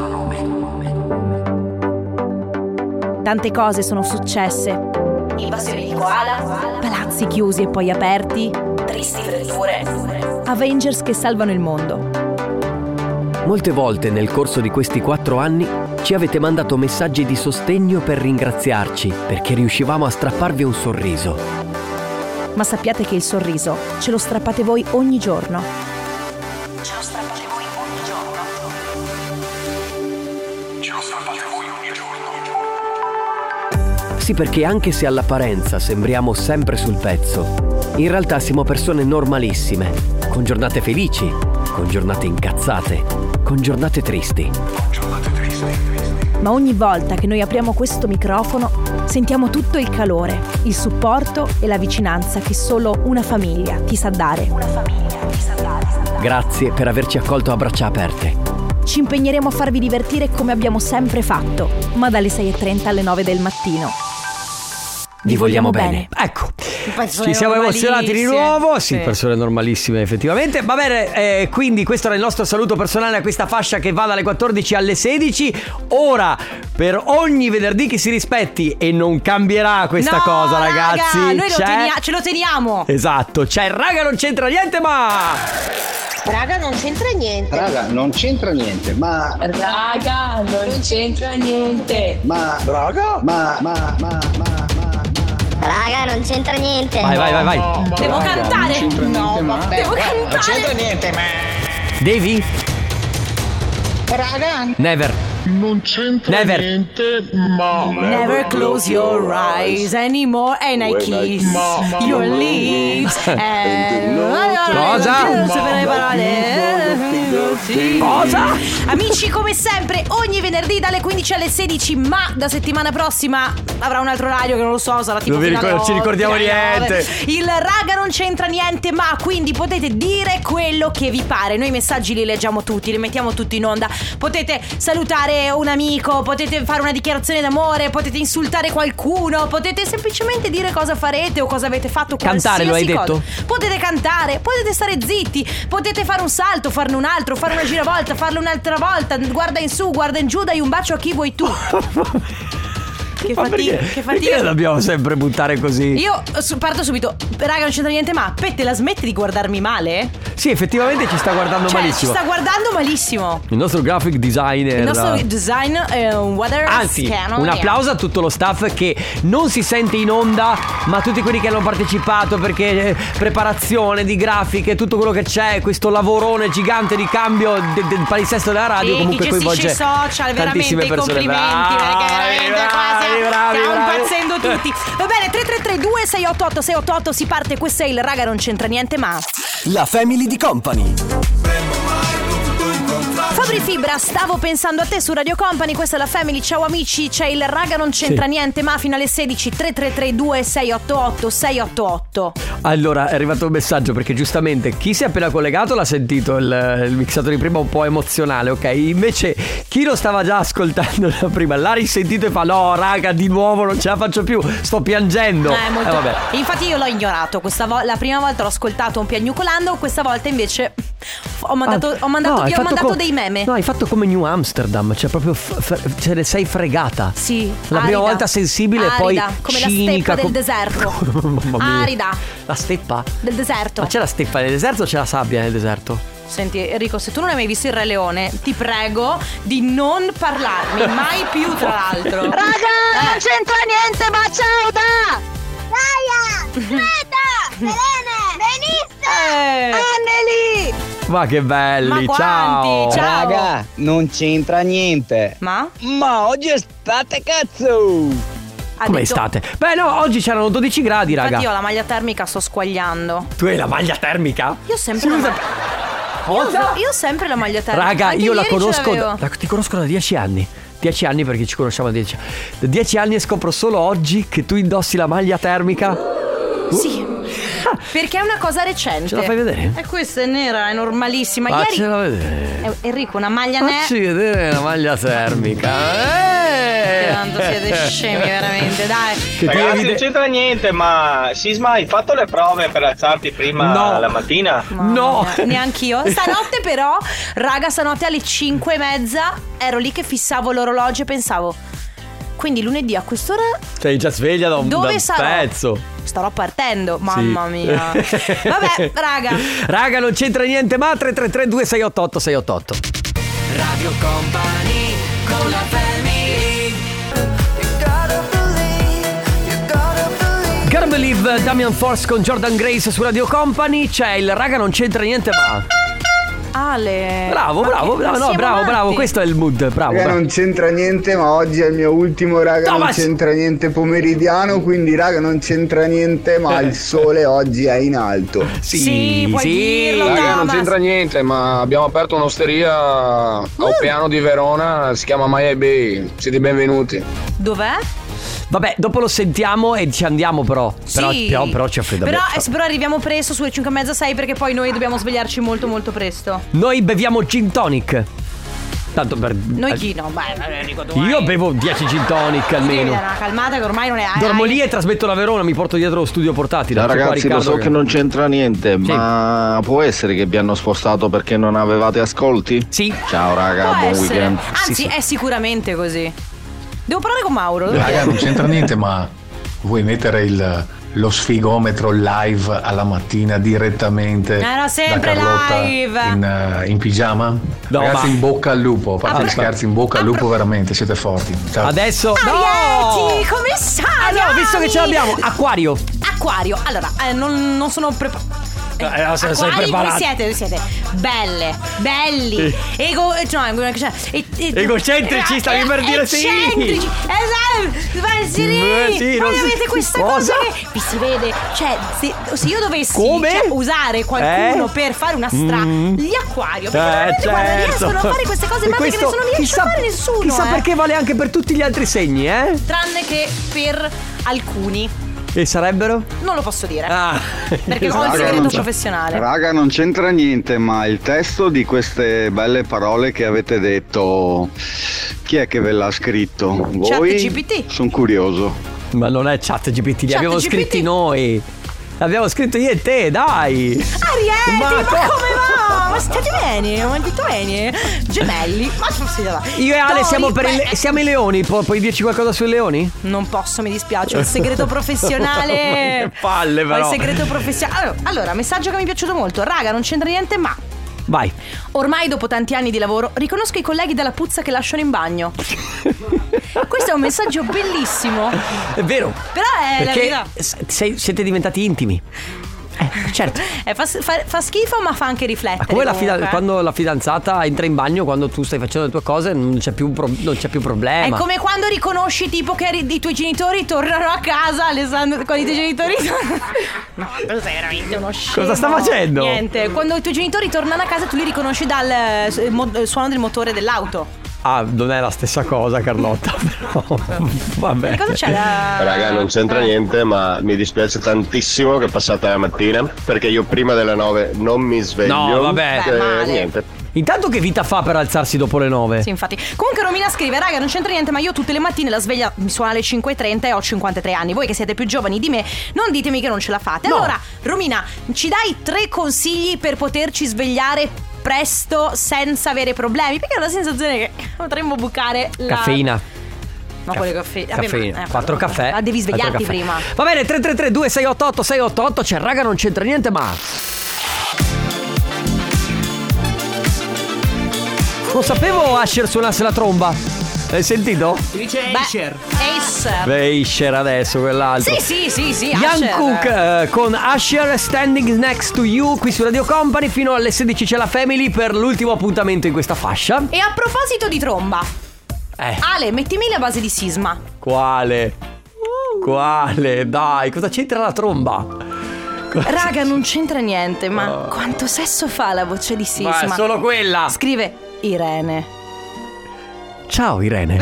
Speaker 1: Tante cose sono successe. Invasione di koala, palazzi chiusi e poi aperti,
Speaker 5: Tristi verdure.
Speaker 1: Avengers che salvano il mondo.
Speaker 6: Molte volte nel corso di questi quattro anni ci avete mandato messaggi di sostegno per ringraziarci perché riuscivamo a strapparvi un sorriso.
Speaker 1: Ma sappiate che il sorriso ce lo strappate voi ogni giorno.
Speaker 5: Ce lo strappate voi ogni giorno. Ce lo strappate voi ogni giorno.
Speaker 6: Sì perché anche se all'apparenza sembriamo sempre sul pezzo, in realtà siamo persone normalissime, con giornate felici, con giornate incazzate, con giornate tristi.
Speaker 1: Ma ogni volta che noi apriamo questo microfono sentiamo tutto il calore, il supporto e la vicinanza che solo una famiglia ti sa dare.
Speaker 6: Grazie per averci accolto a braccia aperte.
Speaker 1: Ci impegneremo a farvi divertire come abbiamo sempre fatto, ma dalle 6.30 alle 9 del mattino.
Speaker 6: Vi vogliamo bene.
Speaker 2: Ecco. Ci siamo emozionati di nuovo, sì, persone normalissime effettivamente. Va bene, eh, quindi questo era il nostro saluto personale a questa fascia che va dalle 14 alle 16. Ora, per ogni venerdì che si rispetti e non cambierà questa
Speaker 1: No,
Speaker 2: cosa ragazzi.
Speaker 1: raga, noi lo
Speaker 2: c'è-
Speaker 1: tenia- ce lo teniamo.
Speaker 2: Esatto, c'è raga non c'entra niente ma...
Speaker 8: esatto.
Speaker 9: Raga, non c'entra niente.
Speaker 11: Raga, non c'entra niente, ma.
Speaker 9: Raga, non c'entra niente.
Speaker 11: Ma. Raga? Ma. Ma. Ma.
Speaker 9: Raga, non c'entra niente.
Speaker 2: Vai, vai, vai, vai. No,
Speaker 9: Devo
Speaker 2: raga,
Speaker 9: cantare. No, vabbè.
Speaker 5: Devo cantare.
Speaker 9: Non c'entra niente, ma.
Speaker 2: Devi?
Speaker 9: Raga,
Speaker 2: Never.
Speaker 9: non c'entra
Speaker 2: Never.
Speaker 9: niente, ma.
Speaker 1: Never close your eyes anymore and I
Speaker 9: When I
Speaker 1: kiss
Speaker 9: kiss
Speaker 1: your
Speaker 9: your
Speaker 1: lips.
Speaker 9: lips.
Speaker 1: and-
Speaker 2: Cosa?
Speaker 1: Non so per le parole.
Speaker 2: Cosa?
Speaker 1: Amici, come sempre, ogni venerdì dalle 15 alle 16, ma da settimana prossima avrà un altro orario che non lo so, sarà tipo
Speaker 2: Non vi
Speaker 1: fino alle
Speaker 2: ricor- ci
Speaker 1: otto,
Speaker 2: ricordiamo
Speaker 1: fino alle nove.
Speaker 2: niente.
Speaker 1: Il raga non c'entra niente, ma quindi potete dire quello che vi pare. Noi i messaggi li leggiamo tutti, li mettiamo tutti in onda. Potete salutare un amico, potete fare una dichiarazione d'amore, potete insultare qualcuno, potete semplicemente dire cosa farete o cosa avete fatto
Speaker 2: Cantare, lo hai
Speaker 1: qualsiasi cosa.
Speaker 2: detto?
Speaker 1: Potete cantare, potete stare zitti, potete fare un salto, farne un altro, fare una giravolta, farlo un'altra volta, guarda in su, guarda in giù, dai un bacio a chi vuoi tu. che
Speaker 2: Ma
Speaker 1: fatica,
Speaker 2: perché,
Speaker 1: che
Speaker 2: perché
Speaker 1: fatica.
Speaker 2: dobbiamo sempre buttare così?
Speaker 1: Io eh, su- parto subito, raga non c'entra niente ma Pette la smetti di guardarmi male?
Speaker 2: Sì, effettivamente ci sta guardando
Speaker 1: cioè
Speaker 2: malissimo.
Speaker 1: ci sta guardando malissimo
Speaker 2: Il nostro graphic designer. eh,
Speaker 1: Il nostro design è un weather
Speaker 2: Anzi,
Speaker 1: scanner.
Speaker 2: un applauso a tutto lo staff che non si sente in onda, ma a tutti quelli che hanno partecipato perché eh, preparazione di grafiche, tutto quello che c'è, questo lavorone gigante di cambio de- del palisesto della radio
Speaker 1: Sì,
Speaker 2: comunque
Speaker 1: chi gestisce
Speaker 2: coinvolge
Speaker 1: i social, veramente
Speaker 2: tantissime
Speaker 1: i
Speaker 2: persone.
Speaker 1: complimenti,
Speaker 2: Bravi,
Speaker 1: perché veramente
Speaker 2: bravi,
Speaker 1: qua siamo,
Speaker 2: bravi,
Speaker 1: stiamo
Speaker 2: bravi.
Speaker 1: impazzendo tutti. Va bene, 3332 688 688 si parte, questo è il raga non c'entra niente ma
Speaker 6: La Family di Company.
Speaker 1: Fabri Fibra, stavo pensando a te su Radio Company, questa è la Family, ciao amici, c'è il raga non c'entra
Speaker 2: Sì.
Speaker 1: niente ma fino alle 16 3332 688 688.
Speaker 2: Allora, è arrivato un messaggio perché giustamente chi si è appena collegato l'ha sentito il, il mixato di prima un po' emozionale, ok? Invece chi lo stava già ascoltando da prima l'ha risentito e fa no raga di nuovo non ce la faccio più, sto piangendo.
Speaker 1: Eh, molto-
Speaker 2: Eh, vabbè.
Speaker 1: Infatti io l'ho ignorato questa vo- la prima volta l'ho ascoltato un piagnucolando, questa volta invece ho mandato, ho mandato,
Speaker 2: Ah, No, hai
Speaker 1: vi ho
Speaker 2: fatto
Speaker 1: mandato
Speaker 2: co-
Speaker 1: dei meme.
Speaker 2: No, hai fatto come New Amsterdam, cioè proprio f- f- ce ne sei fregata.
Speaker 1: Sì.
Speaker 2: La prima
Speaker 1: arida.
Speaker 2: volta sensibile e poi
Speaker 1: Arida, come
Speaker 2: cinica,
Speaker 1: la steppa
Speaker 2: com-
Speaker 1: del deserto.
Speaker 2: Mamma mia.
Speaker 1: Arida.
Speaker 2: La steppa?
Speaker 1: Del deserto.
Speaker 2: Ma c'è la steppa nel deserto o c'è la sabbia nel deserto?
Speaker 1: Senti Enrico, se tu non hai mai visto il Re Leone, ti prego di non parlarmi mai più tra l'altro.
Speaker 9: Raga,
Speaker 2: Eh.
Speaker 9: non c'entra niente, ma ciao da! Laia! Sveta! Selene!
Speaker 1: Eh.
Speaker 9: Anneli!
Speaker 2: Ma che belli,
Speaker 9: Ma quanti,
Speaker 2: ciao.
Speaker 9: ciao.
Speaker 21: Raga, non c'entra niente.
Speaker 1: Ma?
Speaker 21: Ma oggi è estate, cazzo!
Speaker 2: Come
Speaker 1: detto-
Speaker 2: estate? Beh no, oggi c'erano 12 gradi,
Speaker 1: Infatti
Speaker 2: raga.
Speaker 1: io la maglia termica sto squagliando.
Speaker 2: Tu hai la maglia termica?
Speaker 1: Io ho sempre una ma- Cosa? Io, ho sempre la maglietta terra.
Speaker 2: Oh, Raga,
Speaker 1: Anche
Speaker 2: io la
Speaker 1: ieri ce
Speaker 2: conosco.
Speaker 1: l'avevo.
Speaker 2: da- ti conosco da dieci anni. Dieci anni perché ci conosciamo da dieci anni. Da dieci anni e scopro solo oggi che tu indossi la maglia termica.
Speaker 1: Sì. Perché è una cosa recente.
Speaker 2: Uh. Ce la fai vedere? Ah,
Speaker 1: E questa è nera, è normalissima. Ieri.
Speaker 2: Faccela vedere.
Speaker 1: Eh, Enrico, una maglia nera.
Speaker 2: Facci vedere la maglia termica. Eh!
Speaker 1: Tanto siete scemi, veramente, dai.
Speaker 2: Che ti
Speaker 3: Ragazzi,
Speaker 2: evite-
Speaker 3: non c'entra niente, ma Sisma, hai fatto le prove per alzarti prima
Speaker 2: No.
Speaker 3: la mattina?
Speaker 2: No!
Speaker 1: Neanch'io. Stanotte, però, raga, stanotte alle 5 e mezza ero lì che fissavo l'orologio e pensavo. Quindi lunedì a quest'ora
Speaker 2: Sei già sveglia da un,
Speaker 1: Dove
Speaker 2: da un
Speaker 1: sarò?
Speaker 2: pezzo.
Speaker 1: starò partendo. Mamma mia. Vabbè, raga.
Speaker 2: Raga, non c'entra niente, ma 333 2688 688.
Speaker 5: Radio Company con la family.
Speaker 2: Can't believe Damian Force con Jordan Grace su Radio Company. C'è il raga, non c'entra niente, ma.
Speaker 1: Ale.
Speaker 2: Bravo,
Speaker 1: Ma
Speaker 2: bravo,
Speaker 1: che-
Speaker 2: bravo,
Speaker 1: ma
Speaker 2: no,
Speaker 1: siamo
Speaker 2: bravo,
Speaker 1: matti.
Speaker 2: bravo. Questo è il mood, bravo.
Speaker 22: Raga,
Speaker 2: bravo.
Speaker 22: non c'entra niente, ma oggi è il mio ultimo raga, non
Speaker 2: Thomas!
Speaker 22: c'entra niente pomeridiano, quindi raga non c'entra niente, ma il sole oggi è in alto.
Speaker 2: Sì,
Speaker 22: puoi dirlo,
Speaker 23: Raga, non
Speaker 22: Thomas.
Speaker 23: c'entra niente, ma abbiamo aperto un'osteria a
Speaker 1: Mm.
Speaker 23: Piano di Verona, si chiama Maya Bay. Siete benvenuti.
Speaker 1: Dov'è?
Speaker 2: Vabbè, dopo lo sentiamo e ci andiamo, però. Però,
Speaker 1: Sì.
Speaker 2: però, però ci affreddamento.
Speaker 1: Però, eh, sì, però arriviamo presto sulle 5 e mezza 6 perché poi noi dobbiamo svegliarci molto molto presto.
Speaker 2: Noi beviamo gin tonic. Tanto per.
Speaker 1: Noi
Speaker 2: eh,
Speaker 1: chi no? Beh, vabbè, dico tu.
Speaker 2: Io bevo 10 gin
Speaker 1: Devi
Speaker 2: tonic
Speaker 1: dare
Speaker 2: almeno.
Speaker 1: una calmata che ormai non è
Speaker 2: Dormo lì e trasmetto la Verona, mi porto dietro lo studio portatile.
Speaker 24: No,
Speaker 2: C'è qua
Speaker 24: ragazzi, lo
Speaker 2: Riccardo
Speaker 24: so che non c'entra niente, ma può essere che vi hanno spostato perché non avevate ascolti?
Speaker 2: Sì.
Speaker 24: Ciao, raga,
Speaker 1: Può
Speaker 24: buon
Speaker 1: essere.
Speaker 24: weekend.
Speaker 1: Anzi, è sicuramente così. Devo parlare con Mauro.
Speaker 25: Raga, non c'entra niente, ma vuoi mettere il- lo sfigometro live alla mattina direttamente
Speaker 1: Era sempre
Speaker 25: Eh, da Carlotta
Speaker 1: live.
Speaker 25: in, eh, in pigiama? Ragazzi,
Speaker 2: ma-
Speaker 25: in bocca al lupo, a parte
Speaker 2: Ah,
Speaker 25: gli scherzi, in bocca al lupo veramente, siete forti. Ciao.
Speaker 2: Adesso.
Speaker 1: Arieti,
Speaker 2: No!
Speaker 1: come stai?
Speaker 2: Ah, no, visto che ce l'abbiamo, Acquario.
Speaker 1: Acquario, allora, eh, non, non sono preparata.
Speaker 2: Eh, no, se- sei
Speaker 1: Acquari voi
Speaker 2: preparati.
Speaker 1: siete, voi siete belle, belli,
Speaker 2: Sì.
Speaker 1: ego, eh, cioè, cioè, e- e- eh,
Speaker 2: Egocentrici, stavi per dire sì.
Speaker 1: Egocentrici, esatto, vai, sì,
Speaker 2: Eh, sì, non
Speaker 1: voi
Speaker 2: si-
Speaker 1: avete questa cosa
Speaker 2: cosa?
Speaker 1: che vi si vede, cioè se, se io dovessi
Speaker 2: Come?
Speaker 1: cioè, usare qualcuno
Speaker 2: Eh?
Speaker 1: per fare una stra,
Speaker 2: Mm.
Speaker 1: gli acquario, perché
Speaker 2: Eh,
Speaker 1: veramente guarda,
Speaker 2: certo.
Speaker 1: riescono a fare queste cose
Speaker 2: E
Speaker 1: magiche
Speaker 2: questo,
Speaker 1: che non riesce
Speaker 2: chissà-
Speaker 1: a fare nessuno,
Speaker 2: Chissà
Speaker 1: eh.
Speaker 2: perché vale anche per tutti gli altri segni, eh?
Speaker 1: tranne che per alcuni.
Speaker 2: E sarebbero? Ah.
Speaker 1: Non lo posso dire. Perché ho
Speaker 22: Raga,
Speaker 1: il segreto
Speaker 22: non c'è-
Speaker 1: professionale.
Speaker 22: Raga, non c'entra niente, ma il testo di queste belle parole che avete detto, chi è che ve l'ha scritto? Voi?
Speaker 1: GPT.
Speaker 22: Sono curioso.
Speaker 2: Ma non è chat GPT, li
Speaker 22: Chat
Speaker 2: abbiamo
Speaker 22: GPT.
Speaker 2: scritti noi. L'abbiamo scritto io e te, dai.
Speaker 1: Ariete, ma,
Speaker 2: Ma certo. co-
Speaker 1: come va? Ma state bene? Ma tutto bene? Gemelli, ma si va.
Speaker 2: Io e Ale
Speaker 1: Dai,
Speaker 2: siamo, per il-
Speaker 1: beh,
Speaker 2: siamo i leoni. Pu- puoi dirci qualcosa sui leoni?
Speaker 1: Non posso, mi dispiace, ho il segreto professionale.
Speaker 2: Oh, Che palle,
Speaker 1: Ho il
Speaker 2: però.
Speaker 1: segreto professionale. Allora, allora, messaggio che mi è piaciuto molto. Raga, non c'entra niente, ma
Speaker 2: Vai.
Speaker 1: ormai dopo tanti anni di lavoro riconosco i colleghi dalla puzza che lasciano in bagno. Questo è un messaggio bellissimo.
Speaker 2: È vero.
Speaker 1: Però è la
Speaker 2: perché
Speaker 1: verità.
Speaker 2: s- sei- siete diventati intimi. Eh, certo.
Speaker 1: Eh, fa, fa- fa schifo, ma fa anche riflettere.
Speaker 2: Come la fida-
Speaker 1: comunque, eh.
Speaker 2: quando la fidanzata entra in bagno, quando tu stai facendo le tue cose, non c'è più, un pro- non c'è più
Speaker 1: È
Speaker 2: problema.
Speaker 1: come quando riconosci tipo che ri- i tuoi genitori tornano a casa, Alessandro, quando i tuoi genitori tornano... No, tu sei veramente uno scemo.
Speaker 2: Cosa sta facendo?
Speaker 1: Niente, quando i tuoi genitori tornano a casa tu li riconosci dal eh, mo- eh, suono del motore dell'auto.
Speaker 2: Ah, non è la stessa cosa, Carlotta, però. Vabbè.
Speaker 1: Cosa c'è da...
Speaker 26: Raga, non c'entra niente, ma mi dispiace tantissimo che passate la mattina perché io prima delle 9 non mi sveglio.
Speaker 2: No, vabbè.
Speaker 26: Eh, niente.
Speaker 2: Intanto che vita fa per alzarsi dopo le nove?
Speaker 1: Sì, infatti. Comunque Romina scrive, raga, non c'entra niente, ma io tutte le mattine la sveglia mi suona alle 5.30 e ho 53 anni. Voi che siete più giovani di me, non ditemi che non ce la fate. Allora, Romina, ci dai tre consigli per poterci svegliare presto senza avere problemi? Perché ho la sensazione che potremmo bucare la...
Speaker 2: Caffeina.
Speaker 1: No, quello è caffeina. Vabbè,
Speaker 2: Caffeina,
Speaker 1: ma- eh,
Speaker 2: quattro caffè.
Speaker 1: Ma devi
Speaker 2: quattro
Speaker 1: svegliarti
Speaker 2: caffè.
Speaker 1: prima.
Speaker 2: Va bene, 333 2688 688, c'è raga non c'entra niente, ma Non sapevo Asher suonasse la tromba. Hai sentito?
Speaker 1: Acer. Acer.
Speaker 2: Beh, Asher adesso quell'altro.
Speaker 1: Sì, sì, sì, sì.
Speaker 2: Young
Speaker 1: Asher.
Speaker 2: Cook eh, con Asher Standing Next to You qui su Radio Company fino alle 16 c'è la Family per l'ultimo appuntamento in questa fascia.
Speaker 1: E a proposito di tromba,
Speaker 2: Eh,
Speaker 1: Ale, mettimi la base di sisma.
Speaker 2: quale? Quale? Dai, cosa c'entra la tromba?
Speaker 1: Raga, non c'entra niente, ma quanto sesso fa la voce di Sisma?
Speaker 2: Ma è Oh. solo quella.
Speaker 1: Scrive Irene.
Speaker 6: Ciao Irene.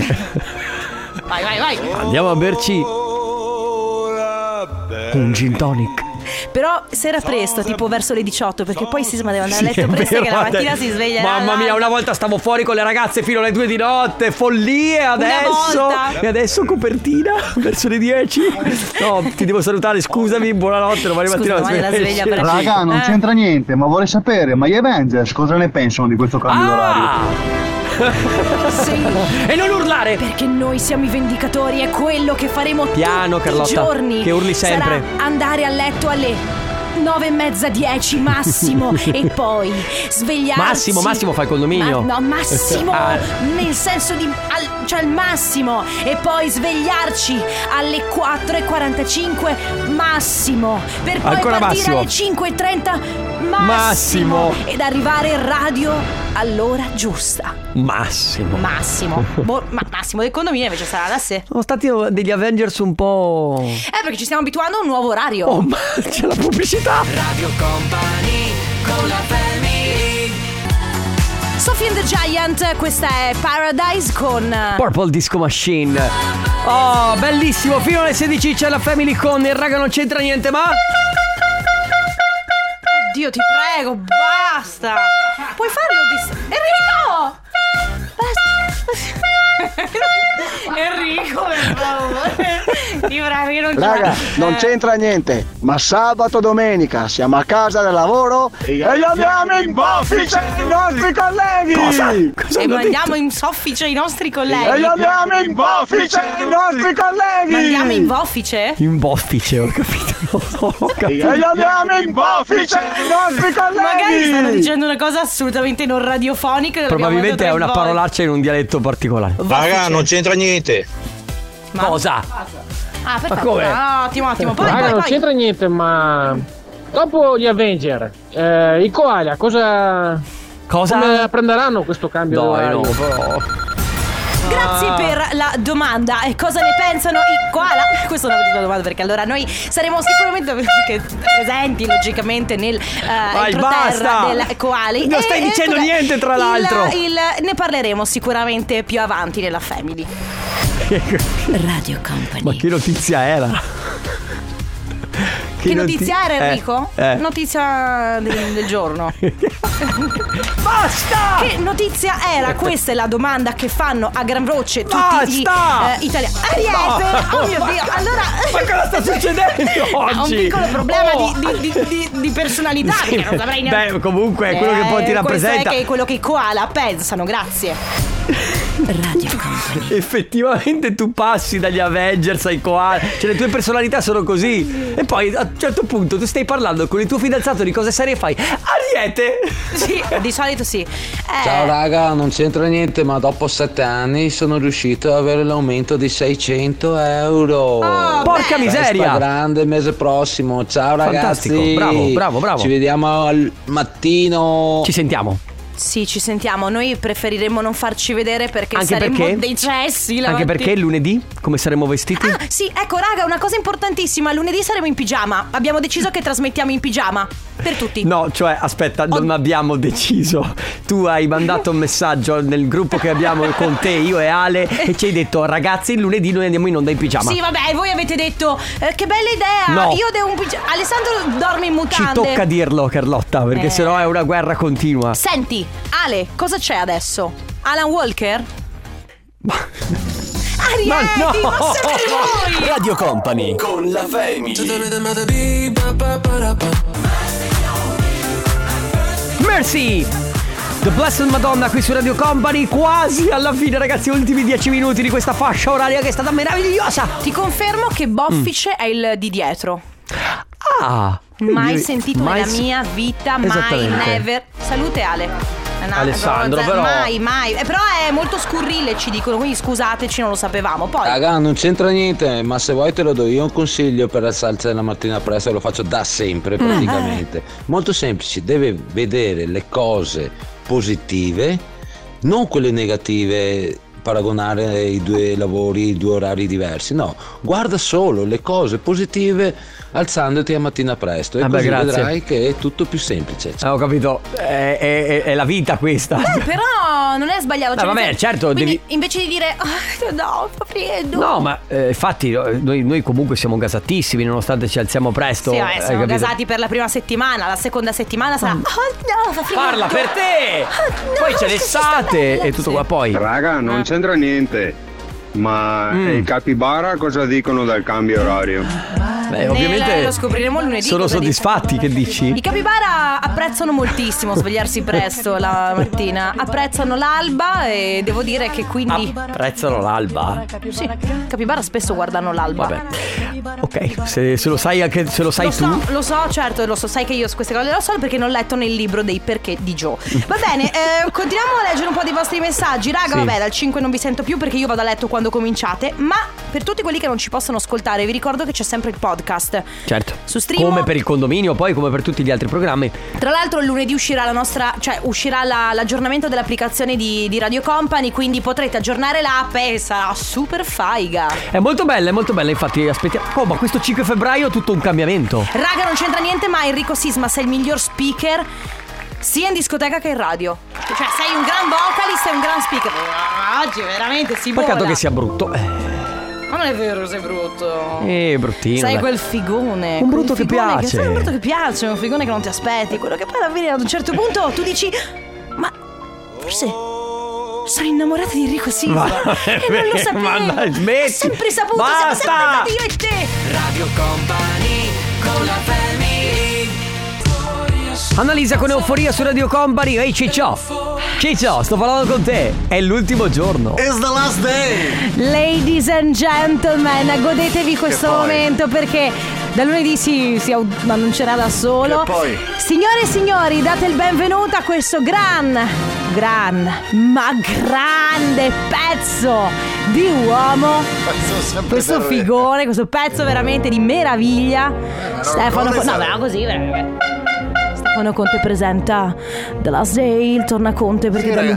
Speaker 1: Vai, vai, vai.
Speaker 6: Andiamo a berci un gin tonic.
Speaker 1: Però sera presto, tipo verso le 18, perché poi Sisma deve andare a letto presto che la mattina si sveglia.
Speaker 2: Mamma mia, una volta stavo fuori con le ragazze fino alle 2 di notte, follie adesso.
Speaker 1: volta.
Speaker 2: E adesso copertina verso le 10. No, ti devo salutare, scusami, buonanotte, domani mattina
Speaker 1: domani la sveglia per le
Speaker 2: Raga,
Speaker 11: Raga, non c'entra niente, ma vorrei sapere, ma gli Avengers cosa ne pensano di questo cambio d'orario?
Speaker 2: Ah! E non urlare!
Speaker 1: Perché noi siamo i vendicatori, è quello che faremo
Speaker 2: Piano,
Speaker 1: tutti
Speaker 2: Carlotta,
Speaker 1: i giorni.
Speaker 2: che urli sempre.
Speaker 1: Sarà andare a letto alle 9 e mezza, 10 massimo. e poi svegliarsi.
Speaker 2: Massimo, Massimo fa il condominio.
Speaker 1: Ma- no, massimo,
Speaker 2: Ah.
Speaker 1: nel senso di. al- cioè al massimo. E poi svegliarci alle 4.45 massimo. Per poi
Speaker 2: Ancora
Speaker 1: partire
Speaker 2: massimo.
Speaker 1: alle 5.30
Speaker 2: Massimo.
Speaker 1: massimo. Ed arrivare in radio all'ora giusta.
Speaker 2: Massimo.
Speaker 1: Massimo. Boh, ma Massimo del condominio invece sarà da sé.
Speaker 2: Sono stati degli Avengers un po'.
Speaker 1: Eh, perché ci stiamo abituando a un nuovo orario.
Speaker 2: Oh, ma c'è la pubblicità.
Speaker 5: Radio Company con la family.
Speaker 1: Sophie and the Giant, questa è Paradise con. eh,
Speaker 2: Purple Disco Machine. Oh, bellissimo! Fino alle 16 c'è la Family con il raga non c'entra niente, ma.
Speaker 1: Oddio, ti prego, basta. Puoi farlo di. Enrico! Basta. Enrico, per favore. Ti prego, io non ce la-
Speaker 11: Raga, non c'entra niente, ma sabato domenica siamo a casa del lavoro e gli andiamo in boffice ai nostri colleghi!
Speaker 1: E mandiamo in soffice i nostri colleghi.
Speaker 11: E gli andiamo in boffice ai nostri colleghi!
Speaker 1: Mandiamo in boffice?
Speaker 2: In boffice, ho capito. Ho capito.
Speaker 11: E gli andiamo in cioè. boffice ai nostri
Speaker 1: Magari stanno
Speaker 11: colleghi!
Speaker 1: dicendo una cosa assolutamente non radiofonica. che l'abbiamo
Speaker 2: Probabilmente
Speaker 1: detto
Speaker 2: è
Speaker 1: tre
Speaker 2: una
Speaker 1: volte.
Speaker 2: parolaccia in un dialetto particolare.
Speaker 10: Raga, non c'entra niente.
Speaker 1: Ma-
Speaker 2: Cosa?
Speaker 1: Ah, perfetto.
Speaker 10: come?
Speaker 1: Ah, ottimo, ottimo. Poi,
Speaker 27: Raga,
Speaker 1: poi,
Speaker 27: non
Speaker 1: poi.
Speaker 27: c'entra niente, ma dopo gli Avenger, eh, i Koala, cosa.
Speaker 2: Cosa?
Speaker 27: Come prenderanno questo cambio?
Speaker 2: Dai,
Speaker 27: d'orario?
Speaker 2: no.
Speaker 1: Grazie
Speaker 2: Ah.
Speaker 1: per la domanda. E cosa ne pensano i koala? Questa è una bellissima domanda perché allora noi saremo sicuramente che- presenti logicamente nel eh,
Speaker 2: Vai,
Speaker 1: entroterra
Speaker 2: basta!
Speaker 1: del koali.
Speaker 2: Non stai dicendo
Speaker 1: vabbè,
Speaker 2: niente, tra
Speaker 1: il-
Speaker 2: l'altro.
Speaker 1: il- ne parleremo sicuramente più avanti nella family. Radio Company.
Speaker 2: Ma che notizia era?
Speaker 1: Che, notizia
Speaker 2: noti-
Speaker 1: era
Speaker 2: Eh,
Speaker 1: Enrico?
Speaker 2: eh.
Speaker 1: Notizia del, del giorno.
Speaker 2: Basta!
Speaker 1: Che notizia era? Questa è la domanda che fanno a gran voce tutti
Speaker 5: Basta!
Speaker 1: gli eh, italiani. Ariete!
Speaker 5: No!
Speaker 1: Oh mio Dio! Allora.
Speaker 5: Ma cosa sta succedendo
Speaker 1: Ha un
Speaker 5: oggi?
Speaker 1: piccolo problema
Speaker 5: Oh!
Speaker 1: di, di- di- di- di personalità.
Speaker 5: Sì.
Speaker 1: perché non saprei neanche. Eh,
Speaker 2: Beh, comunque è quello che poi ti
Speaker 1: questo
Speaker 2: rappresenta.
Speaker 1: È che- quello che i koala pensano, grazie.
Speaker 2: Effettivamente tu passi dagli Avengers ai Koala, cioè le tue personalità sono così. E poi a un certo punto tu stai parlando con il tuo fidanzato di cose serie e fai Ariete!
Speaker 1: Sì, di solito sì. Eh,
Speaker 21: Ciao raga, non c'entra niente, ma dopo sette anni sono riuscito ad avere l'aumento di 600 euro.
Speaker 1: Oh,
Speaker 27: Ah,
Speaker 2: porca miseria!
Speaker 21: Festa grande mese prossimo. Ciao ragazzi.
Speaker 2: Fantastico, bravo, bravo, bravo.
Speaker 21: Ci vediamo al mattino.
Speaker 2: Ci sentiamo.
Speaker 1: Sì, ci sentiamo. Noi preferiremmo non farci vedere perché
Speaker 2: Anche
Speaker 1: saremmo
Speaker 2: perché-
Speaker 1: dei cessi. la
Speaker 2: Anche
Speaker 1: mattina.
Speaker 2: perché lunedì come saremo vestiti?
Speaker 1: Ah, sì, ecco, raga, una cosa importantissima. Lunedì saremo in pigiama. Abbiamo deciso che trasmettiamo in pigiama. Per tutti.
Speaker 2: No, cioè, aspetta, non abbiamo deciso. Tu hai mandato un messaggio nel gruppo che abbiamo con te, io e Ale, e ci hai detto, ragazzi, lunedì noi andiamo in onda in pigiama.
Speaker 1: Sì, vabbè, e voi avete detto eh, che bella idea.
Speaker 2: No.
Speaker 1: Io devo un pigiama. Alessandro dorme in
Speaker 2: ci
Speaker 1: mutande.
Speaker 2: tocca dirlo, Carlotta, perché
Speaker 1: Eh.
Speaker 2: sennò è una guerra continua.
Speaker 1: Senti, Ale, cosa c'è adesso? Alan Walker? Arieti, ma, siete voi!
Speaker 4: Radio Company con la
Speaker 2: Mercy! The Blessed Madonna qui su Radio Company, quasi alla fine ragazzi, ultimi 10 minuti di questa fascia oraria che è stata meravigliosa!
Speaker 1: Ti confermo che Boffice è il di dietro.
Speaker 2: Ah!
Speaker 1: Mai
Speaker 2: quindi-
Speaker 1: sentito
Speaker 2: mai
Speaker 1: nella
Speaker 2: se-
Speaker 1: mia vita, mai,
Speaker 2: Esattamente.
Speaker 1: never. Salute Ale. Eh, no,
Speaker 2: Alessandro, però-
Speaker 1: Mai, mai. Eh, però è molto scurrile, ci dicono, quindi scusateci, non lo sapevamo. Poi.
Speaker 21: Raga, non c'entra niente, ma se vuoi te lo do io un consiglio per alzarsi la mattina presto, lo faccio da sempre praticamente. Molto semplice, deve vedere le cose positive, non quelle negative paragonare i due lavori, i due orari diversi. No, guarda solo le cose positive alzandoti a mattina presto e
Speaker 2: Ah, beh,
Speaker 21: così
Speaker 2: grazie.
Speaker 21: vedrai che è tutto più semplice.
Speaker 2: Ah, ho capito, è, è- è- è la vita questa.
Speaker 1: Eh, però non è sbagliato.
Speaker 2: Ah, No,
Speaker 1: cioè,
Speaker 2: vabbè,
Speaker 1: nel senso-
Speaker 2: certo,
Speaker 1: quindi
Speaker 2: devi-
Speaker 1: invece di dire "Ah, no, fa freddo.
Speaker 2: No, ma eh, infatti eh, noi, noi comunque siamo gasatissimi nonostante ci alziamo presto.
Speaker 1: Sì,
Speaker 2: hai
Speaker 1: vabbè, siamo
Speaker 2: capito? Mm.
Speaker 1: gasati per la prima settimana, la seconda settimana sarà. Oh no, fa freddo.
Speaker 2: Parla per te!
Speaker 1: Ah,
Speaker 2: Poi c'è l'estate e tutto qua poi.
Speaker 28: Raga, non c'entra niente. Ma
Speaker 21: Mm.
Speaker 28: i capibara cosa dicono del cambio orario?
Speaker 2: Beh,
Speaker 1: Nel- lo scopriremo lunedì.
Speaker 28: sono
Speaker 1: cosa dicono.
Speaker 28: soddisfatti,
Speaker 2: che dici?
Speaker 1: I capibara apprezzano moltissimo svegliarsi presto la mattina, apprezzano l'alba e devo dire che quindi...
Speaker 2: Prezzano l'alba.
Speaker 1: Sì, i capibara spesso guardano l'alba.
Speaker 2: Ok, se, se lo sai anche se lo sai
Speaker 1: Lo
Speaker 2: tu.
Speaker 1: so, lo so, certo, lo so, sai che io su queste cose le so perché non ho letto nel libro dei perché di Joe. Va bene, eh, continuiamo a leggere un po' dei vostri messaggi. Raga,
Speaker 2: Sì.
Speaker 1: vabbè, dal 5 non vi sento più perché io vado a letto quando cominciate, ma per tutti quelli che non ci possono ascoltare, vi ricordo che c'è sempre il podcast.
Speaker 2: Certo.
Speaker 1: Su Strimo-
Speaker 2: Come per il condominio, poi come per tutti gli altri programmi.
Speaker 1: Tra l'altro il lunedì uscirà la nostra, cioè uscirà la- l'aggiornamento dell'applicazione di, di Radio Company, quindi potrete aggiornare l'app e sarà super faiga.
Speaker 2: È molto bella, è molto bella, infatti aspettiamo. Oh, ma questo 5 febbraio è tutto un cambiamento.
Speaker 1: Raga, non c'entra niente, ma Enrico Sisma sei il miglior speaker sia in discoteca che in radio. Cioè, sei un gran vocalist e un gran speaker. Oggi veramente si
Speaker 2: Peccato
Speaker 1: vola.
Speaker 2: che sia brutto.
Speaker 1: Ma non è vero, sei brutto.
Speaker 2: Eh, bruttino.
Speaker 1: Sei
Speaker 2: dai.
Speaker 1: quel figone.
Speaker 2: Un
Speaker 1: quel
Speaker 2: brutto che
Speaker 1: figone
Speaker 2: piace.
Speaker 1: sei un brutto che piace, un figone che non ti aspetti. Quello che poi alla fine ad un certo punto tu dici: Ma forse sono innamorata di Enrico Silva.
Speaker 2: Ma-
Speaker 1: e non lo sapevo.
Speaker 2: Ma dai,
Speaker 1: Ho
Speaker 2: smetti.
Speaker 1: sempre saputo, siamo
Speaker 2: Basta.
Speaker 1: sempre andati io e te.
Speaker 5: Radio Company con la family.
Speaker 2: Annalisa con euforia su Radio Company. Ehi Ciccio! Ciccio, sto parlando con te. È l'ultimo giorno.
Speaker 29: It's the last day.
Speaker 1: Ladies and gentlemen, godetevi questo momento perché da lunedì si, si au- ma non c'era da solo.
Speaker 29: Che poi?
Speaker 1: Signore e signori, date il benvenuto a questo gran, gran, ma grande pezzo di uomo. Questo
Speaker 29: per me.
Speaker 1: figone, questo pezzo veramente di meraviglia. Stefano,
Speaker 29: come
Speaker 1: Co- no,
Speaker 29: sarà?
Speaker 1: ma così veramente. Stefano Conte presenta The Last Day, il tornaconte perché da lui-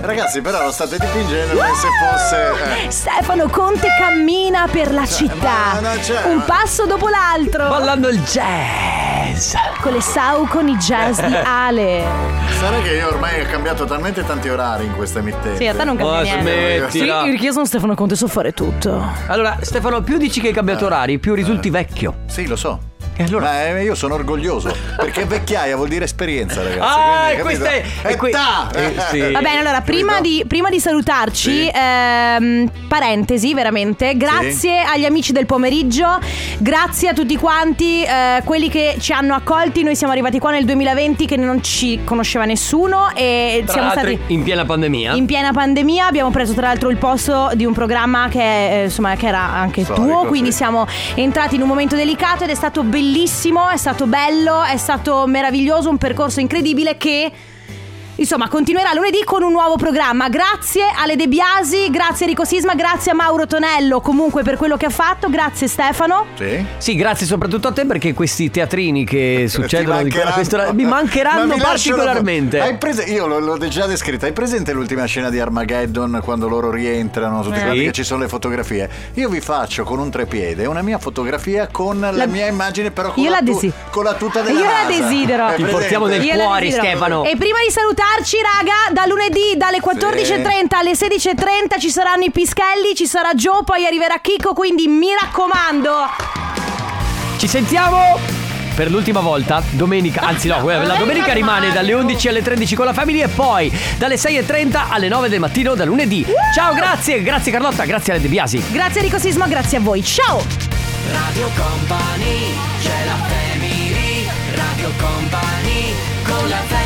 Speaker 29: Ragazzi, però lo state dipingendo come se fosse. eh. Cioè,
Speaker 1: Stefano Conte cammina per la città, un passo dopo l'altro.
Speaker 2: Ballando il jazz.
Speaker 1: Con le sau, con i jazz di Ale.
Speaker 29: Sarà che io ormai ho cambiato talmente tanti orari in questa emittente.
Speaker 1: Sì, a te non cambia niente.
Speaker 2: smettila.
Speaker 1: Sì, io sono Stefano Conte, so fare tutto.
Speaker 2: Allora, Stefano, più dici che hai cambiato orari, più risulti vecchio.
Speaker 29: Eh. Sì, lo so. Ma eh, io sono orgoglioso perché vecchiaia vuol dire esperienza, ragazzi. quindi,
Speaker 2: Ah, e questa
Speaker 29: capito?
Speaker 2: è- e que-
Speaker 29: Età!
Speaker 2: eh, sì.
Speaker 1: Va bene, allora, prima di, prima di salutarci,
Speaker 29: Sì.
Speaker 1: ehm, parentesi, veramente, grazie agli amici del pomeriggio, grazie a tutti quanti eh, quelli che ci hanno accolti. Noi siamo arrivati qua nel 2020 che non ci conosceva nessuno e
Speaker 2: Tra
Speaker 1: siamo
Speaker 2: l'altro,
Speaker 1: stati.
Speaker 2: in piena pandemia.
Speaker 1: In piena pandemia abbiamo preso tra l'altro il posto di un programma che, eh, insomma, che era anche
Speaker 2: Storico,
Speaker 1: tuo, quindi
Speaker 2: sì.
Speaker 1: siamo entrati in un momento delicato ed è stato bellissimo, è stato bello, è stato meraviglioso, un percorso incredibile che... Insomma, continuerà lunedì con un nuovo programma. Grazie Ale De Biasi, grazie Enrico Sisma, grazie a Mauro Tonello comunque per quello che ha fatto, grazie Stefano.
Speaker 29: Sì.
Speaker 2: grazie soprattutto a te perché questi teatrini che succedono di quella
Speaker 29: mancheranno.
Speaker 2: quest'ora mi mancheranno
Speaker 29: Ma vi lascio la-
Speaker 2: particolarmente.
Speaker 29: Hai prese- io l'ho, l'ho già descritta. Hai presente l'ultima scena di Armageddon quando loro rientrano? Tutti
Speaker 2: Eh.
Speaker 29: quanti
Speaker 2: Sì.
Speaker 29: che ci sono le fotografie. Io vi faccio con un trepiede una mia fotografia con la,
Speaker 1: La-
Speaker 29: mia immagine, però con,
Speaker 1: Io
Speaker 29: la,
Speaker 1: la
Speaker 29: tu-
Speaker 1: desi-
Speaker 29: con la tuta della
Speaker 1: Io la
Speaker 29: NASA.
Speaker 1: desidero.
Speaker 29: Hai presente?
Speaker 1: Io la desidero. E prima di salutarci, raga, da lunedì dalle 14.30 alle 16.30 ci saranno i pischelli, ci sarà Joe, poi arriverà Chico, quindi mi raccomando.
Speaker 2: Ci sentiamo per l'ultima volta domenica, anzi no, la domenica rimane dalle 11 alle 13 con la famiglia e poi dalle 6.30 alle 9 del mattino da lunedì. Ciao, grazie, grazie Carlotta, grazie Ale De Biasi.
Speaker 1: Grazie Enrico Sisma, grazie a voi. Ciao!
Speaker 5: Radio Company, c'è la family. Radio Company con la family.